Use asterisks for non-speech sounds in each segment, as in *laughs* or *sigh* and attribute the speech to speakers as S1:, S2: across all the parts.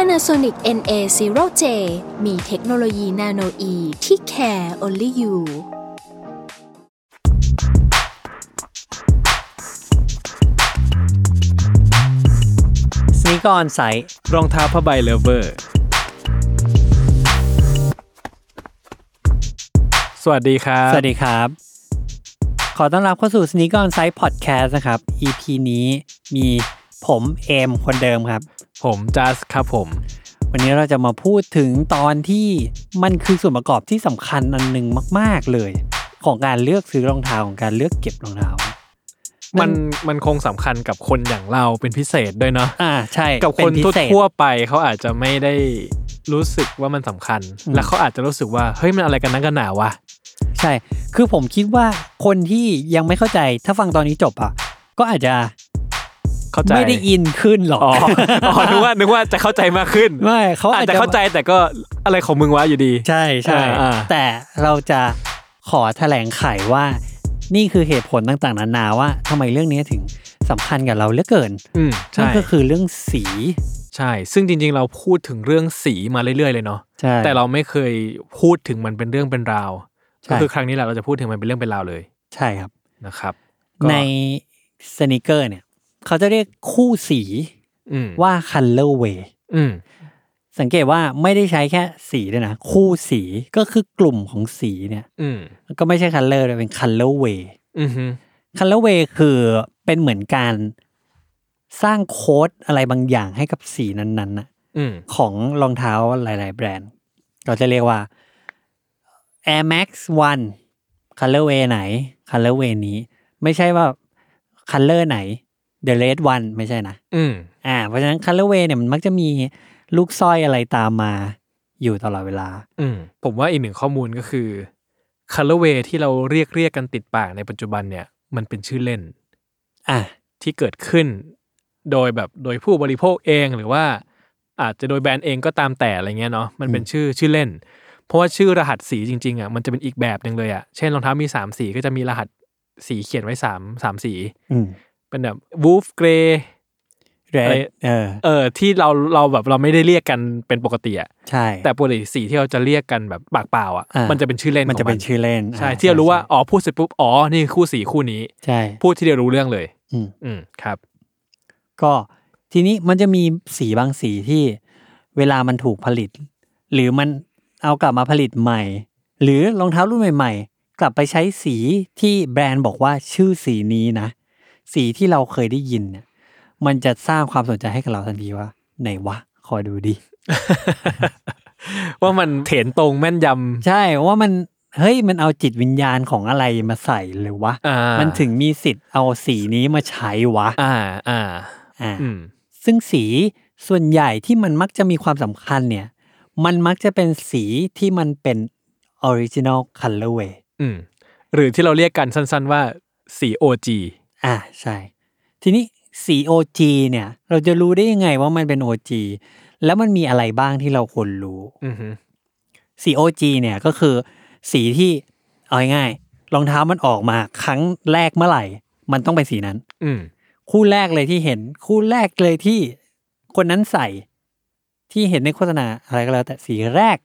S1: Panasonic NA0J มีเทคโนโลยีนาโนอีที่ care only you
S2: สนิกออนไซต์
S3: รองเท้าผ้าใบเลเวอร์ สวัสดีครับ
S2: สวัสดีครับ ขอต้อนรับเข้าสู่สนิกออนไซต์พอดแคสต์นะครับ EP นี้มีผมเอมคนเดิมครับ
S3: ผมจัสครับผม
S2: วันนี้เราจะมาพูดถึงตอนที่มันคือส่วนประกอบที่สำคัญอันหนึ่งมาก ๆ เลย ของการเลือกซื้อรองเท้าของการเลือกเก็บรองเท้า มั
S3: มัน
S2: น
S3: มันคงสำคัญกับคนอย่างเราเป็นพิเศษด้วยเนาะ
S2: อ่าใช่
S3: กับคน
S2: เป็พิเศษ
S3: ทั่วๆไปเขาอาจจะไม่ได้รู้สึกว่ามันสำคัญ
S2: อืม
S3: และเขาอาจจะรู้สึกว่า เฮ้ยมันอะไรกันนักกันหนาวะ
S2: ใช่ คือผมคิดว่าคนที่ยังไม่เข้าใจถ้าฟังตอนนี้จบอ่ะ ก็อาจจะ
S3: เข้าใจ
S2: ไม่ได้อินขึ้นหรอก
S3: อ๋ออ๋อนึกว่านึกว่าจะเข้าใจมากขึ้น
S2: ไม่เขา
S3: อา
S2: อา
S3: จ
S2: จ
S3: จะ
S2: จะ
S3: เข้าใจแต่ก็อะไรของมึงวะอยู่ดี
S2: ใช่ใช่
S3: อ่าอ่า
S2: แต่เราจะขอแถลงไขว่า นี่คือเหตุผลต่างๆ นานาว่าทำไมเรื่องนี้ถึงสำคัญกับเราเหลือเกิน
S3: อืม
S2: นั่
S3: ใช่
S2: นก็คือเรื่องสี
S3: ใช่ ซึ่งจริง ๆ เราพูดถึงเรื่องสีมาเรื่อยๆเลยเนาะ
S2: ใช่
S3: แต่เราไม่เคยพูดถึงมันเป็นเรื่องเป็นราว ก็
S2: ใช่
S3: คือครั้งนี้แหละเราจะพูดถึงมันเป็นเรื่องเป็นราวเลย
S2: ใช่ครับ
S3: นะครับ
S2: ในสนิเกอร์เนี่ย เขาจะเรียกคู่สี
S3: อืม
S2: ว่า colorway
S3: อืม
S2: สังเกตว่าไม่ได้ใช้แค่สีด้วยนะ คู่สีก็คือกลุ่มของสีเนี่ย
S3: อืม
S2: ก็ไม่ใช่ color แต่เป็น colorway
S3: อืมฮึ
S2: คัลเลเวคือเป็นเหมือนการสร้างโค้ดอะไรบางอย่างให้กับสีนั้นๆน่ะ
S3: อืม
S2: ของรองเท้าหลาย ๆ แบรนด์ เราจะเรียกว่า Air Max 1 Colorway ไหน Colorway นี้ ไม่ใช่ว่า Color ไหน The Red One ไม่ใช่นะ
S3: อืม
S2: อ่าเพราะฉะนั้น Colorway เนี่ยมันมักจะมีลูกสร้อยอะไรตามมาอยู่ตลอดเวลา
S3: อืมผมว่าอีกหนึ่งข้อมูลก็คือ colorway ที่เราเรียกเรียกกันติดปากในปัจจุบันเนี่ย มันเป็นชื่อเล่น
S2: อ่ะ
S3: ที่เกิดขึ้น โดยแบบโดยผู้บริโภคเองหรือว่า อาจจะโดยแบรนด์เองก็ตามแต่อะไรเงี้ยเนาะมันเป็นชื่อชื่อเล่น เพราะว่าชื่อรหัสสีจริงๆอ่ะมันจะเป็นอีกแบบหนึ่งเลยอ่ะเช่นรองเท้ามีสามสีก็จะมีรหัสสีเขียนไว้สามสามสี
S2: อืม
S3: เป็นแบบวูฟเกร
S2: เร
S3: อะไร
S2: ดเออ
S3: เออที่เราเราแบบเราไม่ได้เรียกกันเป็นปกติอะ
S2: ใช่
S3: แต่ปกติสีที่เราจะเรียกกันแบบปากเปล่าอะ
S2: อ่ามั
S3: มันจะเป็นชื่อเล่น
S2: มันจะเป็น
S3: ของ
S2: ชื่อเล่น
S3: ใช่
S2: อ่
S3: ที่เรารู้ว่าอ๋อพูดเสร็จปุ๊บอ๋อนี่คือคู่สีคู่นี้
S2: ใช่
S3: พูดทีเดียวรู้เรื่องเลย
S2: อืม
S3: อืมครับ
S2: ก็ทีนี้มันจะมีสีบางสีที่เวลามันถูกผลิต หรือมันเอากลับมาผลิตใหม่ หรือรองเท้ารุ่นใหม่ ๆ กลับไปใช้สีที่แบรนด์บอกว่าชื่อสีนี้นะ สีที่เราเคยได้ยินเนี่ยมันจะสร้างความสนใจให้กับเราทันทีว่า ไหนวะ ขอดูดิ
S3: *laughs* ว่ามันเถนตรงแม่นย
S2: ใช่ว่ามันเฮ้ยมันเอาจิตวิญญาณของอะไรมาใส่เลยวะ
S3: ำอ่า
S2: มั
S3: มัน
S2: ถึงมีสิทธิ์เอาสีนี้มาใช้วะ
S3: อ่าอ่า
S2: อ่า
S3: อืม
S2: ซึ่งสีส่วนใหญ่ที่มันมักจะมีความสำคัญเนี่ย มันมักจะเป็นสีที่มันเป็นออริจินอลคัลเลอร์เวย์
S3: อืม หรือที่เราเรียกกันสั้นๆว่าสีโอจี
S2: อ่าใช่ ทีนี้สี OG เนี่ย เราจะรู้ได้ยังไงว่ามันเป็น OG แล้วมันมีอะไรบ้างที่เราควรรู้
S3: อือฮึ
S2: สี OG เนี่ยก็คือสีที่เอาง่ายๆรองเท้ามันออกมาครั้งแรกเมื่อไหร่ มันต้องเป็นสีนั้น
S3: อืม
S2: คู่แรกเลยที่เห็น คู่แรกเลยที่คนนั้นใส่ ที่เห็นในโฆษณาอะไรก็แล้ว แต่สีแรก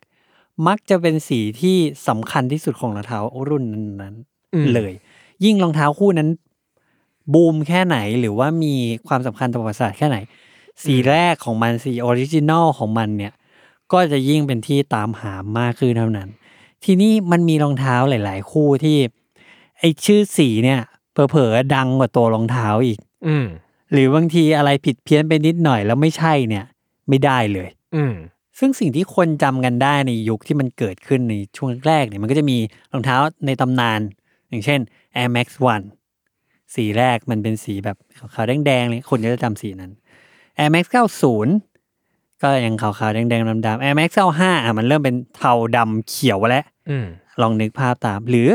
S2: มักจะเป็นสีที่สำคัญที่สุดของรองเท้ารุ่นนั้น
S3: อืม
S2: ๆเลย ยิ่งรองเท้าคู่นั้น บูมแค่ไหนหรือว่ามีความสำคัญต่อประวัติศาสตร์แค่ไหน สีแรกของมันสีออริจินอลของมันเนี่ย ก็จะยิ่งเป็นที่ตามหามากขึ้นเท่านั้น ทีนี้มันมีรองเท้าหลาย ๆ คู่ที่ไอชื่อสีเนี่ยเผลอๆดังกว่าตัวรองเท้าอีก
S3: อืม
S2: หรือบางทีอะไรผิดเพี้ยนไปนิดหน่อยแล้วไม่ใช่เนี่ยไม่ได้เลย
S3: อืม
S2: ซึ่งสิ่งที่คนจำกันได้ในยุคที่มันเกิดขึ้นในช่วงแรกๆเนี่ยมันก็จะมีรองเท้าในตำนาน อย่างเช่น Air Max 1 สีแรกมันเป็นสีแบบขาวๆแดงๆเลยคนก็จะจำสีนั้น Air Max 90 ก็ยังขาวๆแดงๆดำๆ Air Max 5อ่ะมันเริ่มเป็นเทาดำเขียวแล้ว
S3: อืม
S2: ลองนึกภาพตาม หรือ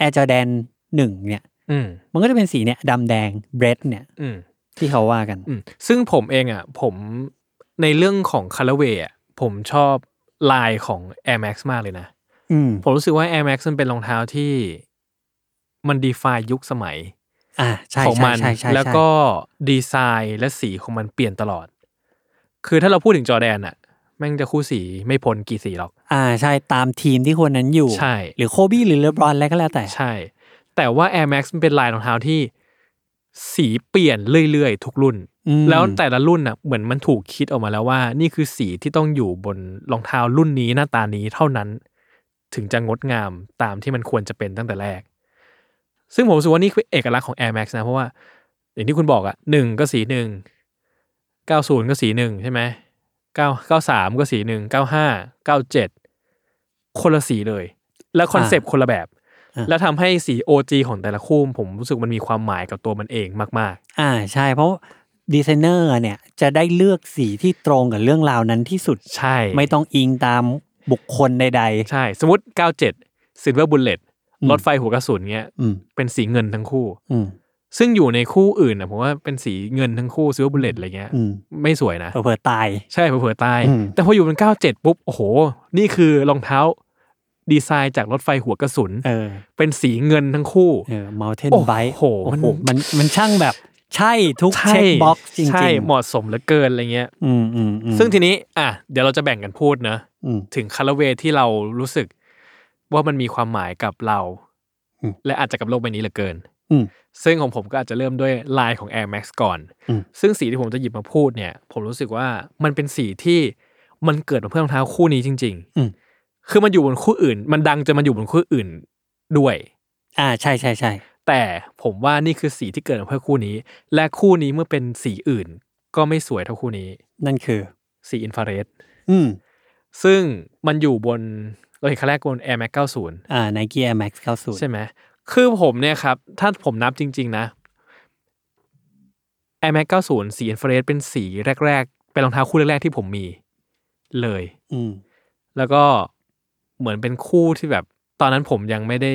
S2: Air Jordan 1 เนี่ย
S3: อืม
S2: มันก็จะเป็นสีเนี่ยดำแดงเบรดเนี่ย
S3: อืม
S2: ที่เขาว่ากัน
S3: อืมซึ่งผมเองอ่ะผมในเรื่องของคาร์เวย์ผมชอบลายของ Air Max มากเลยนะ
S2: อืม
S3: ผมรู้สึกว่า Air Max มันเป็นรองเท้าที่มันดีฟายยุคสมัย
S2: อ่าใช่
S3: ของ
S2: ใช่
S3: มัน
S2: ใช่ใช่
S3: แล้วก็ดีไซน์และสีของมันเปลี่ยนตลอด คือถ้าเราพูดถึงจอร์แดนอ่ะ แม่งจะคู่สีไม่พ้นกี่สีหรอก
S2: อ่าใช่ตามทีมที่คนนั้นอยู่
S3: ใช่
S2: หรือโคบี้หรือเลบรอนอะไรก็แล้วแต่
S3: ใช่ แต่ว่า Air Max มันเป็นลายรองเท้าที่สีเปลี่ยนเรื่อยๆ ทุกรุ่น
S2: อืม
S3: แล้วแต่ละรุ่นน่ะเหมือนมันถูกคิดออกมาแล้วว่า นี่คือสีที่ต้องอยู่บนรองเท้ารุ่นนี้หน้าตานี้เท่านั้น ถึงจะงดงามตามที่มันควรจะเป็นตั้งแต่แรก ซึ่งผมรู้สึกว่านี่คือเอกลักษณ์ของ Air Max นะ เพราะว่า อย่างที่คุณบอกอะหนึ่งก็สีหนึ่งเก้าศูนย์ก็สีหนึ่งใช่ไหมเก้าเก้าสามก็สีหนึ่งเก้าห้าเก้าเจ็ดคนละสีเลย แล้วคอนเซปต์คนละแบบ
S2: อ่า
S3: แล้วทำให้สี OG ของแต่ละคู่ ผมรู้สึกมันมีความหมายกับตัวมันเองมาก
S2: อ่าใช่ เพราะดีไซเนอร์เนี่ยจะได้เลือกสีที่ตรงกับเรื่องราวนั้นที่สุด
S3: ๆ ใช่
S2: ไม่ต้องอิงตามบุคคลใด
S3: ใช่ สมมติ 97 Silver Bullet
S2: อืม
S3: รถไฟหัวกระสุนเงี้ย
S2: ๆ อืม
S3: เป็นสีเงินทั้งคู่
S2: อืม
S3: ซึ่งอยู่ในคู่อื่นนะผมว่าเป็นสีเงินทั้งคู่ Silver Bullet อะไรเงี้ย
S2: อืม
S3: ไม่สวยนะ
S2: เผลอๆตาย
S3: ใช่เผื่อๆตาย
S2: อืม
S3: แต่พออยู่เป็น 97 ปุ๊บ โอ้โห นี่คือรองเท้า ดีไซน์จากรถไฟหัวกระสุน
S2: เออ
S3: เป็นสีเงินทั้งคู่
S2: เออ mountain
S3: โอ้โห
S2: bike
S3: มัน
S2: มันมันช่างแบบ ใช่ทุก
S3: ใช่
S2: เช็คบ็อกซ์จริ
S3: ใช่
S2: ง
S3: เหมาะสมเหลือเกินอะไรเงี้ย
S2: ๆอืมอืมอืม
S3: ซึ่งทีนี้ อ่ะ เดี๋ยวเราจะแบ่งกันพูดเนอะ
S2: อืม
S3: ถึงคาราเวที่เรารู้สึกว่ามันมีความหมายกับเรา
S2: อืม
S3: และอาจจะกับโลกใบนี้เหลือเกิน
S2: อืม
S3: ซึ่งของผมก็อาจจะเริ่มด้วยลายของ Air Max ก่อน
S2: อืม
S3: ซึ่งสีที่ผมจะหยิบมาพูดเนี่ย ผมรู้สึกว่ามันเป็นสีที่มันเกิดมาเพื่อรองเท้าคู่นี้จริง ๆ คือมันอยู่บนคู่อื่น มันดังจนมันอยู่บนคู่อื่นด้วย
S2: อ่าใช่ใช่ใช่
S3: แต่ผมว่านี่คือสีที่เกิดมาเพื่อคู่นี้ และคู่นี้เมื่อเป็นสีอื่น ก็ไม่สวยเท่าคู่นี้
S2: นั่นคือ
S3: สีอินฟราเรด
S2: อืม
S3: ซึ่งมันอยู่บนเราเห็นครั้งแรกบน Air Max 90
S2: อ่า Nike Air Max 90
S3: ใช่ไหม คือผมเนี่ยครับ ถ้าผมนับจริง ๆ นะ Air Max 90 สีอินฟราเรดเป็นสีแรก ๆ เป็นรองเท้าคู่แรก ๆ ที่ผมมีเลย
S2: อืม
S3: แล้วก็เหมือนเป็นคู่ที่แบบ ตอนนั้นผมยังไม่ได้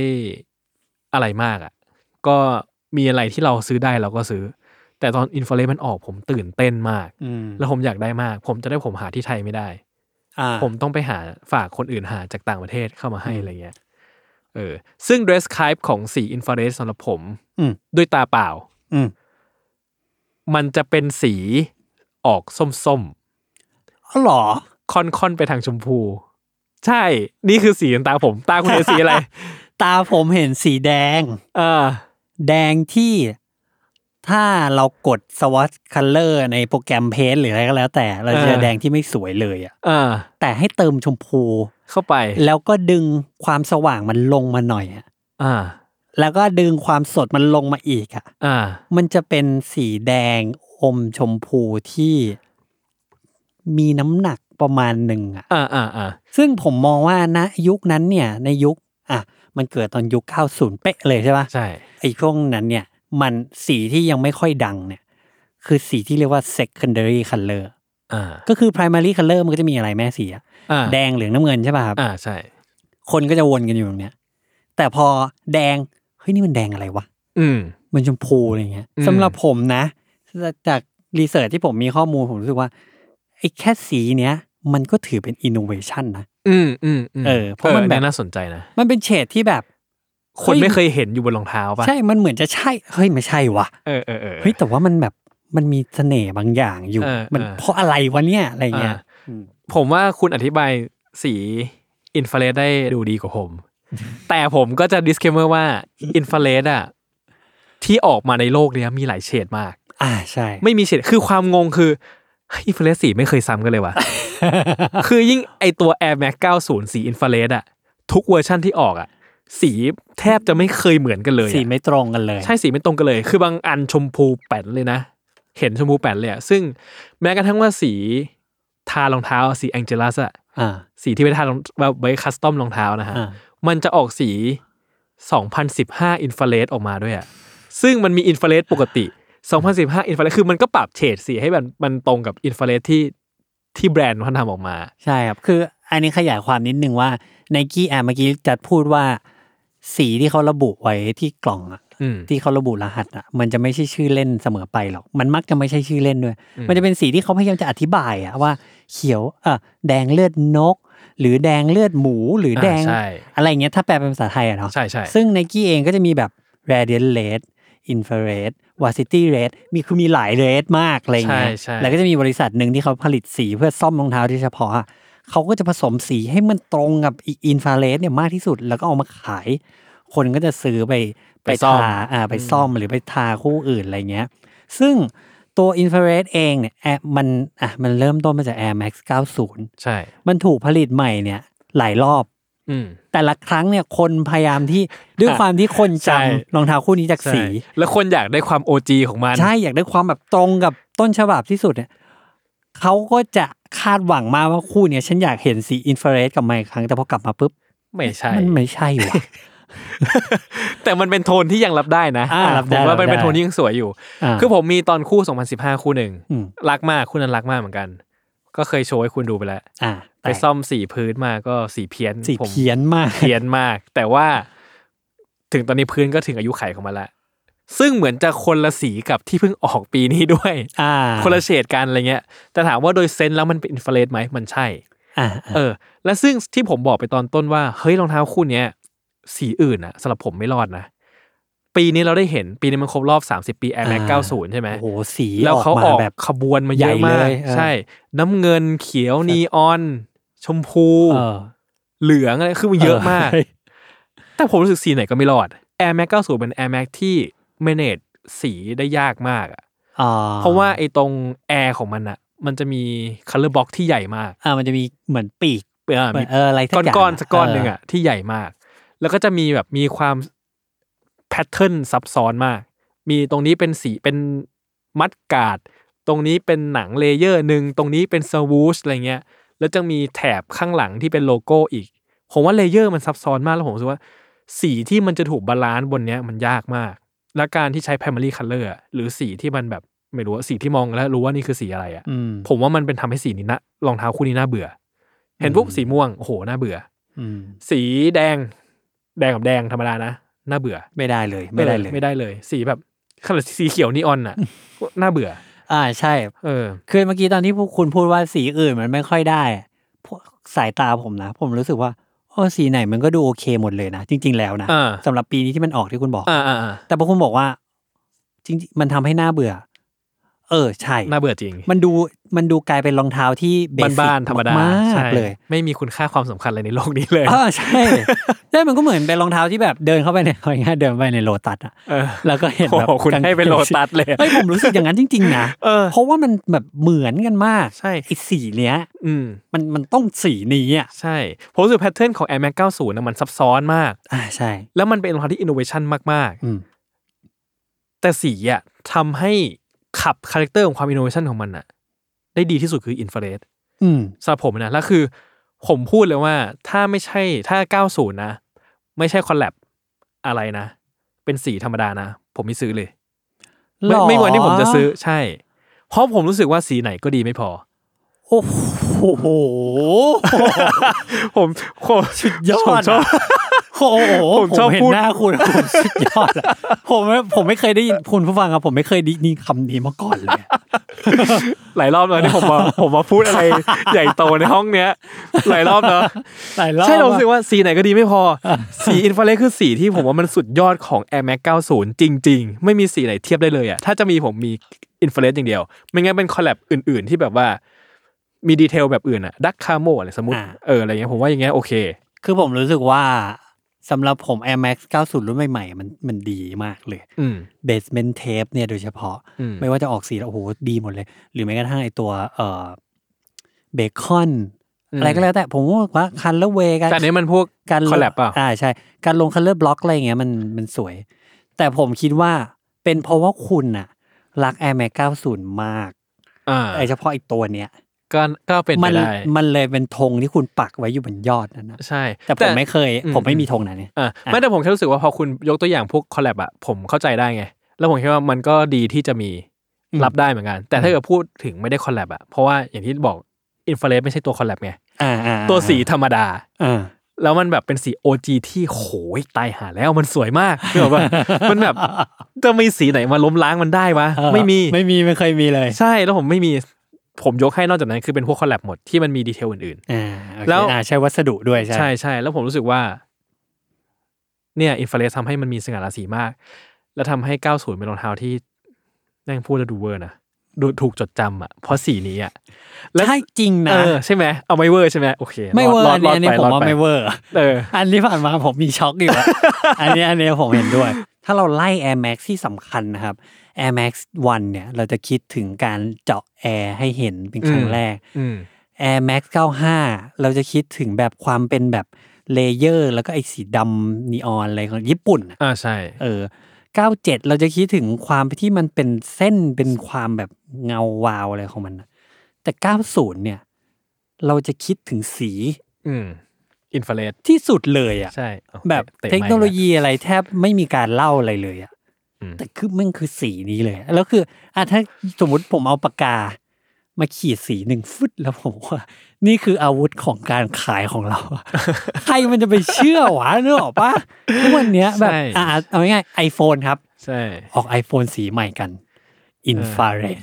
S3: อะไรมากอะ่ะ ก็มีอะไรที่เราซื้อได้เราก็ซื้อ แต่ตอนอินฟราเรดมันออกผมตื่นเต้นมาก
S2: อืม
S3: แล้วผมอยากได้มาก ผมจะได้ผมหาที่ไทยไม่ได้
S2: อ่า
S3: ผมต้องไปหาฝากคนอื่นหาจากต่างประเทศเข้ามาให้
S2: อืม
S3: อะไรเงี้ย เออ ซึ่ง dress type ของสีอินฟราเรดสำหรับผม
S2: อืม
S3: ด้วยตาเปล่า
S2: อืม
S3: มันจะเป็นสีออกส้ม
S2: อ๋อเหรอ
S3: ๆ ค่อนๆ ไปทางชมพู ใช่ นี่คือสีของตาผม ตาคุณเห็นสีอะไร
S2: ตาผมเห็นสีแดง
S3: เออ
S2: แดงที่ถ้าเรากด swatch color ในโปรแกรมเพจหรืออะไรก็แล้วแต่ เราจะเจอ
S3: เออ
S2: แดงที่ไม่สวยเลยอะ
S3: เออ
S2: แต่ให้เติมชมพู
S3: เข้าไป
S2: แล้วก็ดึงความสว่างมันลงมาหน่อยอะ
S3: อ่า
S2: แล้วก็ดึงความสดมันลงมาอีกอะ
S3: อ่า
S2: มันจะเป็นสีแดงอมชมพูที่มีน้ำหนักประมาณหนึ่งอะ
S3: อ่าอ่าอ่า
S2: ซึ่งผมมองว่านะยุคนั้นเนี่ย ในยุคอ่ะมันเกิดตอนยุค 90 เป๊ะเลยใช่ปะ
S3: ใช่
S2: ไอ้ช่วงนั้นเนี่ย มันสีที่ยังไม่ค่อยดังเนี่ย คือสีที่เรียกว่า secondary color
S3: อ่า
S2: ก็คือ primary color มันก็จะมีอะไรแม่สีอะ
S3: อ่า
S2: แดงเหลืองน้ำเงินใช่ป่ะครับ
S3: อ่า ใช่
S2: คนก็จะวนกันอยู่ตรงเนี้ย แต่พอแดง เฮ้ย นี่มันแดงอะไรวะ
S3: อืม
S2: มันชมพูอะไรเงี้ย
S3: อืม
S2: สำหรับผมนะ จากรีเสิร์ชที่ผมมีข้อมูล ผมรู้สึกว่าไอ้แค่สีเนี้ย มันก็ถือเป็น innovation นะ
S3: อืมอืมม
S2: เออเพราะมันแบบ
S3: ออน่าสนใจนะ
S2: มันเป็นเฉดที่แบบ
S3: คน
S2: เฮ้ย
S3: ไม่เคยเห็นอยู่บนรองเท้าป่ะ
S2: ใช่ มันเหมือนจะใช่ เฮ้ยไม่ใช่วะ
S3: เออเออเออ
S2: เฮ้ยแต่ว่ามันแบบมันมีเสน่ห์บางอย่างอยู่
S3: เออ
S2: มัน
S3: เออ
S2: เพราะอะไรวะเนี่ยอะไรเงี้ย
S3: อ่า ผมว่าคุณอธิบายสีอินฟราเรดได้ดูดีกว่าผม
S2: *laughs*
S3: แต่ผมก็จะ disclaimer ว่าอินฟราเรดอะที่ออกมาในโลกเนี้ยมีหลายเฉดมาก
S2: อ่าใช่
S3: ไม่มีเฉดคือความงงคืออินฟราเรดสีไม่เคยซ้ำกัน
S2: *laughs*
S3: เลยวะ คือยิ่งไอตัว Air Max 90 สีอินฟราเรดอะทุกเวอร์ชั่นที่ออกอะสีแทบจะไม่เคยเหมือนกันเลยอะ
S2: สีไม่ตรงกันเลย
S3: ใช่สีไม่ตรงกันเลย คือบางอันชมพูแป้นเลยนะ เห็นชมพูแป้นเลยอะซึ่งแม้กระทั่งว่าสีทารองเท้าสีแองเจลัสอะ
S2: อ่า
S3: สีที่ไปทารองแบบไว้คัสตอมรองเท้านะฮะ
S2: อ่า
S3: มันจะออกสี 2015อินฟราเรดออกมาด้วยอะซึ่งมันมีอินฟราเรดปกติ 2015อินฟราเรดคือมันก็ปรับเฉดสีให้มันมันตรงกับอินฟราเรดที่ ที่แบรนด์เขาทำออกมา
S2: ใช่ครับ คืออันนี้ขยายความนิดนึงว่าไนกี้อ่ะเมื่อกี้จัดพูดว่า สีที่เขาระบุไว้ที่กล่องอะ
S3: อืม
S2: ที่เขาระบุรหัสอะมันจะไม่ใช่ชื่อเล่นเสมอไปหรอก มันมักจะไม่ใช่ชื่อเล่นด้วย
S3: อืม
S2: มันจะเป็นสีที่เขาพยายามจะอธิบายอะว่าเขียวเออแดงเลือดนก หรือแดงเลือดหมูหรือแดง
S3: อ่าใช่
S2: อะไรอย่างเงี้ยถ้าแปลเป็นภาษาไทยอะเนาะ
S3: ใช่ใช่
S2: ซึ่ง n นกี้เองก็จะมีแบบ radiant red infrared varsity red มีคือมีหลาย red มากอะไรอย่าง
S3: ใช่
S2: เงี้ย
S3: ใช่
S2: แล้วก็จะมีบริษัทหนึ่งที่เขาผลิตสีเพื่อซ่อมรองเท้าโดยเฉพาะอะเขาก็จะผสมสีให้มันตรงกับอินฟราเรดเนี่ยมากที่สุด แล้วก็เอามาขาย คนก็จะซื้อไป
S3: ไปซ่อม
S2: ทาอ่าไปซ่อมหรือไปทาคู่อื่นอะไรเงี้ย ซึ่งตัวอินฟราเรดเองเนี่ยแอร์มันอ่ะมันเริ่มต้นมาจาก Air Max 90
S3: ใช่
S2: มันถูกผลิตใหม่เนี่ยหลายรอบ
S3: อืม
S2: แต่ละครั้งเนี่ยคนพยายามที่ด้วยความที่คนจ
S3: ใช่
S2: ำรองเท้าคู่นี้จาก
S3: ใช่
S2: สี
S3: แล้วคนอยากได้ความโอจีของมัน
S2: ใช่อยากได้ความแบบตรงกับต้นฉบับที่สุดเนี่ยเขาก็จะคาดหวังมากว่าคู่เนี่ยฉันอยากเห็นสีอินฟราเรดกลับมาอีกครั้งแต่พอกลับมาปุ๊บ
S3: ไม่ใช่
S2: มันไม่ใช่ว่ะ
S3: แต่มันเป็นโทนที่ยังรับได้นะ
S2: อ่ารับได้
S3: ผมว่ามัน
S2: รับได้
S3: เป็นโทนที่ยังสวยอยู่
S2: อ่า
S3: *laughs* คือผมมีตอนคู่ 2015 คู่หนึ่ง
S2: อืม
S3: รักมากคู่นั้นรักมากเหมือนกัน ก็เคยโชว์ให้คุณดูไปแล้ว
S2: อ่า
S3: ไปซ่อมสีพื้นมาก็สีเพี้ยน
S2: สี
S3: ผม
S2: เพี้ยนมาก
S3: เพี้ยนมาก แต่ว่าถึงตอนนี้พื้นก็ถึงอายุไขของมันละซึ่งเหมือนจะคนละสีกับที่เพิ่งออกปีนี้ด้วย
S2: อ่า
S3: คนละเฉดกันอะไรเงี้ยแต่ถามว่าโดยเซนส์แล้วมันเป็นอินฟลเรนไหมมันใช่
S2: อ่า
S3: เออ และซึ่งที่ผมบอกไปตอนต้นว่า เฮ้ยรองเท้าคู่เนี้ยสีอื่นอะสำหรับผมไม่รอดนะ ปีนี้เราได้เห็นปีนี้มันครบรอบ 30 ปี Air Max 90 ใช่ไหม
S2: โอ้โหสี
S3: แล้วเขาออก
S2: มแบบ
S3: ขบวนมาเยอะมา
S2: ใหญ่เล
S3: ก
S2: ยเออ
S3: ใช่ น้ำเงินเขียวนีออน ชมพู
S2: เออ
S3: เหลืองอะไรคือมันเยอะมาก
S2: เออ
S3: แต่ผมรู้สึกสีไหนก็ไม่รอด Air Max 90 เป็น Air Max ที่ manage สีได้ยากมากอะ
S2: อ่
S3: เพราะว่าไอ้ตรง Air ของมันอะมันจะมี color box ที่ใหญ่มาก
S2: อ่ามันจะมีเหมือนปีก
S3: เออมี
S2: เอออะไร
S3: ก้
S2: สั
S3: อน
S2: ย่าง
S3: ก้อนๆสักก้อน
S2: เห
S3: นึ่งอ่ะที่ใหญ่มาก แล้วก็จะมีแบบมีความแพทเทิร์นซับซ้อนมาก มีตรงนี้เป็นสีเป็นมัดการ์ดตรงนี้เป็นหนังเลเยอร์หนึ่งตรงนี้เป็นสวูชอะไรเงี้ย แล้วจะมีแถบข้างหลังที่เป็นโลโก้อีก ผมว่าเลเยอร์มันซับซ้อนมากแล้วผมรู้สึกว่า สีที่มันจะถูกบาลานซ์บนเนี้ยมันยากมาก และการที่ใช้ primary color อะหรือสีที่มันแบบไม่รู้ว่าสีที่มองแล้วรู้ว่านี่คือสีอะไรอ่ะ
S2: อืม
S3: ผมว่ามันเป็นทำให้สีนี้นะรองเท้าคู่นี้น่าเบื่อ เห็นปุ๊บ
S2: อืม
S3: สีม่วงโอ้โหน่าเบื่อ
S2: อืม
S3: สีแดง แดงกับแดงธรรมดานะน่าเบื่อ
S2: ไม่ได้เลย ไม่ได้เล
S3: อย อไม่ได้เลย สีแบบ *laughs* ขนาดสีเขียวนีออนน่ะ น่าเบื่อ
S2: อ่าใช่
S3: เออ
S2: คือเมื่อกี้ตอนที่พวกคุณพูดว่าสีอื่นมันไม่ค่อยได้อะพวกสายตาผมนะ ผมรู้สึกว่าโอ้สีไหนมันก็ดูโอเคหมดเลยนะ จริง ๆ แล้วนะ
S3: อ่า
S2: สำหรับปีนี้ที่มันออกที่คุณบอก
S3: อ่าอ่าอ่า
S2: แต่พอคุณบอกว่า จริงๆมันทำให้หน้าเบื่อ เออใช่
S3: น่าเบื่อจริง
S2: มันดูมันดูกลายเป็นรองเท้าที่เบสิก
S3: บ้านๆธรรมดาม
S2: าก
S3: ใช่
S2: เลย
S3: ไม่มีคุณค่าความสำคัญอะไรในโลกนี้เลย
S2: เออใช่ *laughs* ใช่มันก็เหมือนเป็นรองเท้าที่แบบเดินเข้าไปใน *laughs* เอาง่ายๆเดินไปในโลตัสอะ
S3: เออ
S2: แล้วก็เห็น
S3: โอ้
S2: แบบ
S3: โหคุณ
S2: กาง
S3: ให้เป็นโลตัสเลย
S2: เฮ้ยผมรู้สึกอย่างนั้นจริง ๆ นะ
S3: เออ
S2: เพราะว่ามันแบบเหมือนกันมาก
S3: ใช่
S2: ไอ้สีเนี้ย
S3: อืม
S2: มันมันต้องสีนี้อ่ะ
S3: ใช่ผมรู้สึกแพทเทิร์นของ Air Max 90นะมันซับซ้อนมาก
S2: อ่าใช่
S3: แล้วมันเป็นรองเท้าที่อินโนเวชันมากๆ
S2: อืม
S3: แต่สีอะทำให้ขับคาแรคเตอร์ของความอินโนเวชันของมันอะได้ดีที่สุดคืออินฟ a าเร
S2: อืม
S3: สำหรับผมนะแล้วคือ ผมพูดเลยว่าถ้าไม่ใช่ถ้า 90 นะ ไม่ใช่คอลแลบอะไรนะ เป็นสีธรรมดานะ ผมไม่ซื้อเลยไม่
S2: หรอ
S3: ไม่วันที่ผมจะซื้อใช่ เพราะผมรู้สึกว่าสีไหนก็ดีไม่พอ
S2: โอ้โห
S3: ผมผม
S2: สุดยอ
S3: ผม
S2: ด
S3: ชอบ
S2: อะโอ้โห
S3: ผมชอบ
S2: เห็
S3: พู
S2: น
S3: ด
S2: หน้าคุณ *laughs* อะผมสุดยอดอะผมไม่ผมไม่เคยได้ยินคุณผู้ฟังครับผมไม่เคยได้ยินคำนี้มาก่อนเลย
S3: หลายรอบแล้วที่ผมมาผมมาพูดอะไร ใหญ่โตในห้องเนี้ย หลายรอบเนาะ
S2: หลายรอบ
S3: ใช่เรา
S2: อะ
S3: รู้สึกว่าสีไหนก็ดีไม่พอ สีอินฟราเรดคือสีที่ผมว่ามันสุดยอดของ Air Max 90 จริง ๆ ไม่มีสีไหนเทียบได้เลยอ่ะถ้าจะมีผมมีอินฟราเรดอย่างเดียว ไม่งั้นเป็นคอลแลบอื่น ๆ ที่แบบว่ามีดีเทลแบบอื่นอ่ะดักคาโมอะไรสมมติเอออะไรเงี้ยผมว่าอย่างเงี้ยโอเค
S2: คือผมรู้สึกว่าสำหรับผม Air Max 90 รุ่นใหม่ๆ มันมันดีมากเลย
S3: อืม
S2: Basement Tape เนี่ยโดยเฉพาะ
S3: อืม
S2: ไม่ว่าจะออกสีแล้วโอ้โหดีหมดเลย หรือแม้กระทั่งไอตัวเอ่อเบคอน
S3: อืม
S2: อะไรก็แล้วแต่ผมว่าคันละเวกัน
S3: แต่อันนี้มันพวก
S2: การง
S3: collab เปล่า
S2: อ่าใช่ การลงคัลเลอร์บล็อกอะไรอย่างเงี้ยมันมันสวย แต่ผมคิดว่าเป็นเพราะว่าคุณน่ะ รัก Air Max 90 มาก
S3: อ่า
S2: ไอเฉพาะไอตัวเนี้ย
S3: ก็ก็เป็น
S2: มั
S3: ไปได้
S2: มันเลยเป็นธงที่คุณปักไว้อยู่บนยอดนั่นนะ
S3: ใช่
S2: แต่ผมไม่เคย
S3: อืม
S2: ผมไม่มีธงนั้นเนี่ย
S3: อ่ะไม่แต่ผมแค่รู้สึกว่าพอคุณยกตัวอย่างพวกคอลแลบอะผมเข้าใจได้ไง แล้วผมคิดว่ามันก็ดีที่จะมี
S2: อืม
S3: รับได้เหมือนกัน แต่ถ้าเกิดพูดถึงไม่ได้คอลแลบอะเพราะว่าอย่างที่บอก อินฟราเรดไม่ใช่ตัวคอลแลบไง
S2: อ่าอ่า
S3: ตัวสีธรรมดา
S2: อ่า
S3: แล้วมันแบบเป็นสี OG ที่โหยตายหาแล้วมันสวยมากเนก
S2: *laughs*
S3: ออกปะ มันแบบจะมีสีไหนมาล้มล้างมันได้วะ
S2: เออ
S3: ไม่มี
S2: ไม่มีไม่เคยมีเลย
S3: ใช่แล้วผมไม่มีผมยกให้นอกจากนั้นคือเป็นพวกคอลแลบหมดที่มันมีดีเทลอื่น
S2: อ่าโอเค
S3: แล้ว
S2: อ่าใช้วัสดุด้วย
S3: ๆ
S2: ใช่
S3: ใช่ใช่แล้วผมรู้สึกว่า เนี่ยอินฟลเรสทำให้มันมีสง่าราศีมาก แล้วทำให้ 90 เป็นรองเท้าที่แม่งพูดแล้วดูเวอร์นะดูถูกจดจำอ่ะเพราะสีนี้อ่ะแล้ว
S2: ใช่จริงนะ
S3: เออใช่ไหมเอาไม่เวอร์ใช่ไหมโอเค
S2: ไม่เวอร์
S3: ด
S2: อันนี้
S3: ด
S2: อันนี้
S3: ป
S2: ผม
S3: ด
S2: ว่า
S3: ป
S2: ไม่เวอร์
S3: เออ
S2: อันที่ผ่านมาผมมีช็อกอยู่อะ
S3: *laughs*
S2: อันนี้อันนี้ผมเห็นด้วย ถ้าเราไล่ Air Max ที่สำคัญนะครับ Air Max 1เนี่ย เราจะคิดถึงการเจาะแอร์ให้เห็นเป็นครั้ง
S3: อืม
S2: แรก
S3: อืม
S2: Air Max 95 เราจะคิดถึงแบบความเป็นแบบเลเยอร์ แล้วก็ไอ้สีดำนีออนอะไรของญี่ปุ่นอะ
S3: อ่าใช่
S2: เออ 97 เราจะคิดถึงความที่มันเป็นเส้นเป็นความแบบเงาวาวอะไรของมันอะแต่ 90 เนี่ย เราจะคิดถึงสี
S3: อืมอินฟราเรด
S2: ที่สุดเลยอ่ะ
S3: ใช่อา
S2: แบบ
S3: ะ
S2: เทคโนโล
S3: ไม
S2: ยีอะไรแทบไม่มีการเล่าอะไรเลยอะ
S3: อืม
S2: แต่คือมันคือสีนี้เลยอะแล้วคืออ่ะถ้าสมมติผมเอาปากกา มาขีดสีหนึ่งฟึดแล้วผมว่า นี่คืออาวุธของการขายของเรา
S3: *laughs*
S2: ใครมันจะไปเชื่อวะนึกออกปะทุกวันเนี้ยแบบ
S3: ใช่
S2: อ่ะเอาง่ายไอโฟนครับ
S3: ่ะใช่
S2: ออก iPhone สีใหม่กันอินฟ a าเรด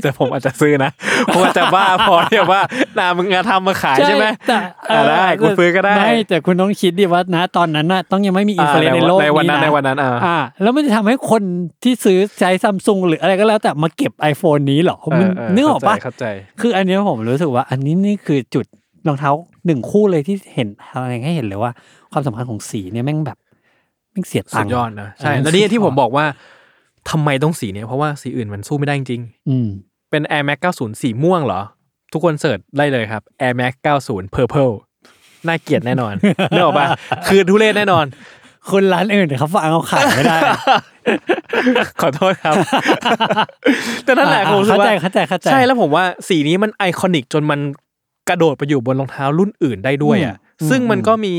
S3: แต่ผมอาจจะซื้อนะ ผมอาจจะบ้าพอที่แบบว่า *laughs* นามึงงานทำมาขายใช่ไหม
S2: แต่
S3: อ่ะได้กูซื้อก็ได้
S2: ไม่แต่คุณต้องคิดดิว่านะตอนนั้นน่ะต้องยังไม่มีอินฟ a าเรด
S3: อ่ะ
S2: ในโลก
S3: ในวันนั้นะ ในวันนั้นอ่า
S2: อ่าแล้วมันจะทำให้คนที่ซื้อใช้ซัมซุงหรืออะไรก็แล้วแต่มาเก็บ iPhone นี้เหรอมันเนื้อออกปะ
S3: เข้าใจ
S2: คืออันเนี้ยผมรู้สึกว่า อันนี้นี่คือจุดรองเท้าหนึ่งคู่เลยที่เห็นอะไรให้เห็นเลยว่า ความสำคัญของสีเนี่ยแม่งแบบแม่งเสียตั
S3: สุ
S2: ง
S3: ด
S2: ค์
S3: ยอดนะ ใช่ แล้วนี่ที่ผมบอกว่าทำไมต้องสีเนี้ยเพราะว่าสีอื่นมันสู้ไม่ได้จริง
S2: อืม
S3: ๆเป็น Air Max 90 สีม่วงเหรอ ทุกคนเสิร์ชได้เลยครับ Air Max 90 Purple น่าเกลียดแน่ *laughs* นอนเนื้อออกปะคือทุเรศแน่นอน *laughs*
S2: คนร้านอื่นเขาฟังเอาขายไม่ได้
S3: ขอโทษ *laughs* ครับ แต่นั่นแหละ
S2: อ่า
S3: ผมรู้สึกว่า
S2: เข้าใจเข้าใจเข้าใจ
S3: ใช่แล้วผมว่าสีนี้มันไอคอนิกจนมันกระโดดไปอยู่บนรองเท้ารุ่นอื่นได้ด้วยอ่ะ
S2: อืม
S3: ซึ่งมัน
S2: อืม
S3: ก็มี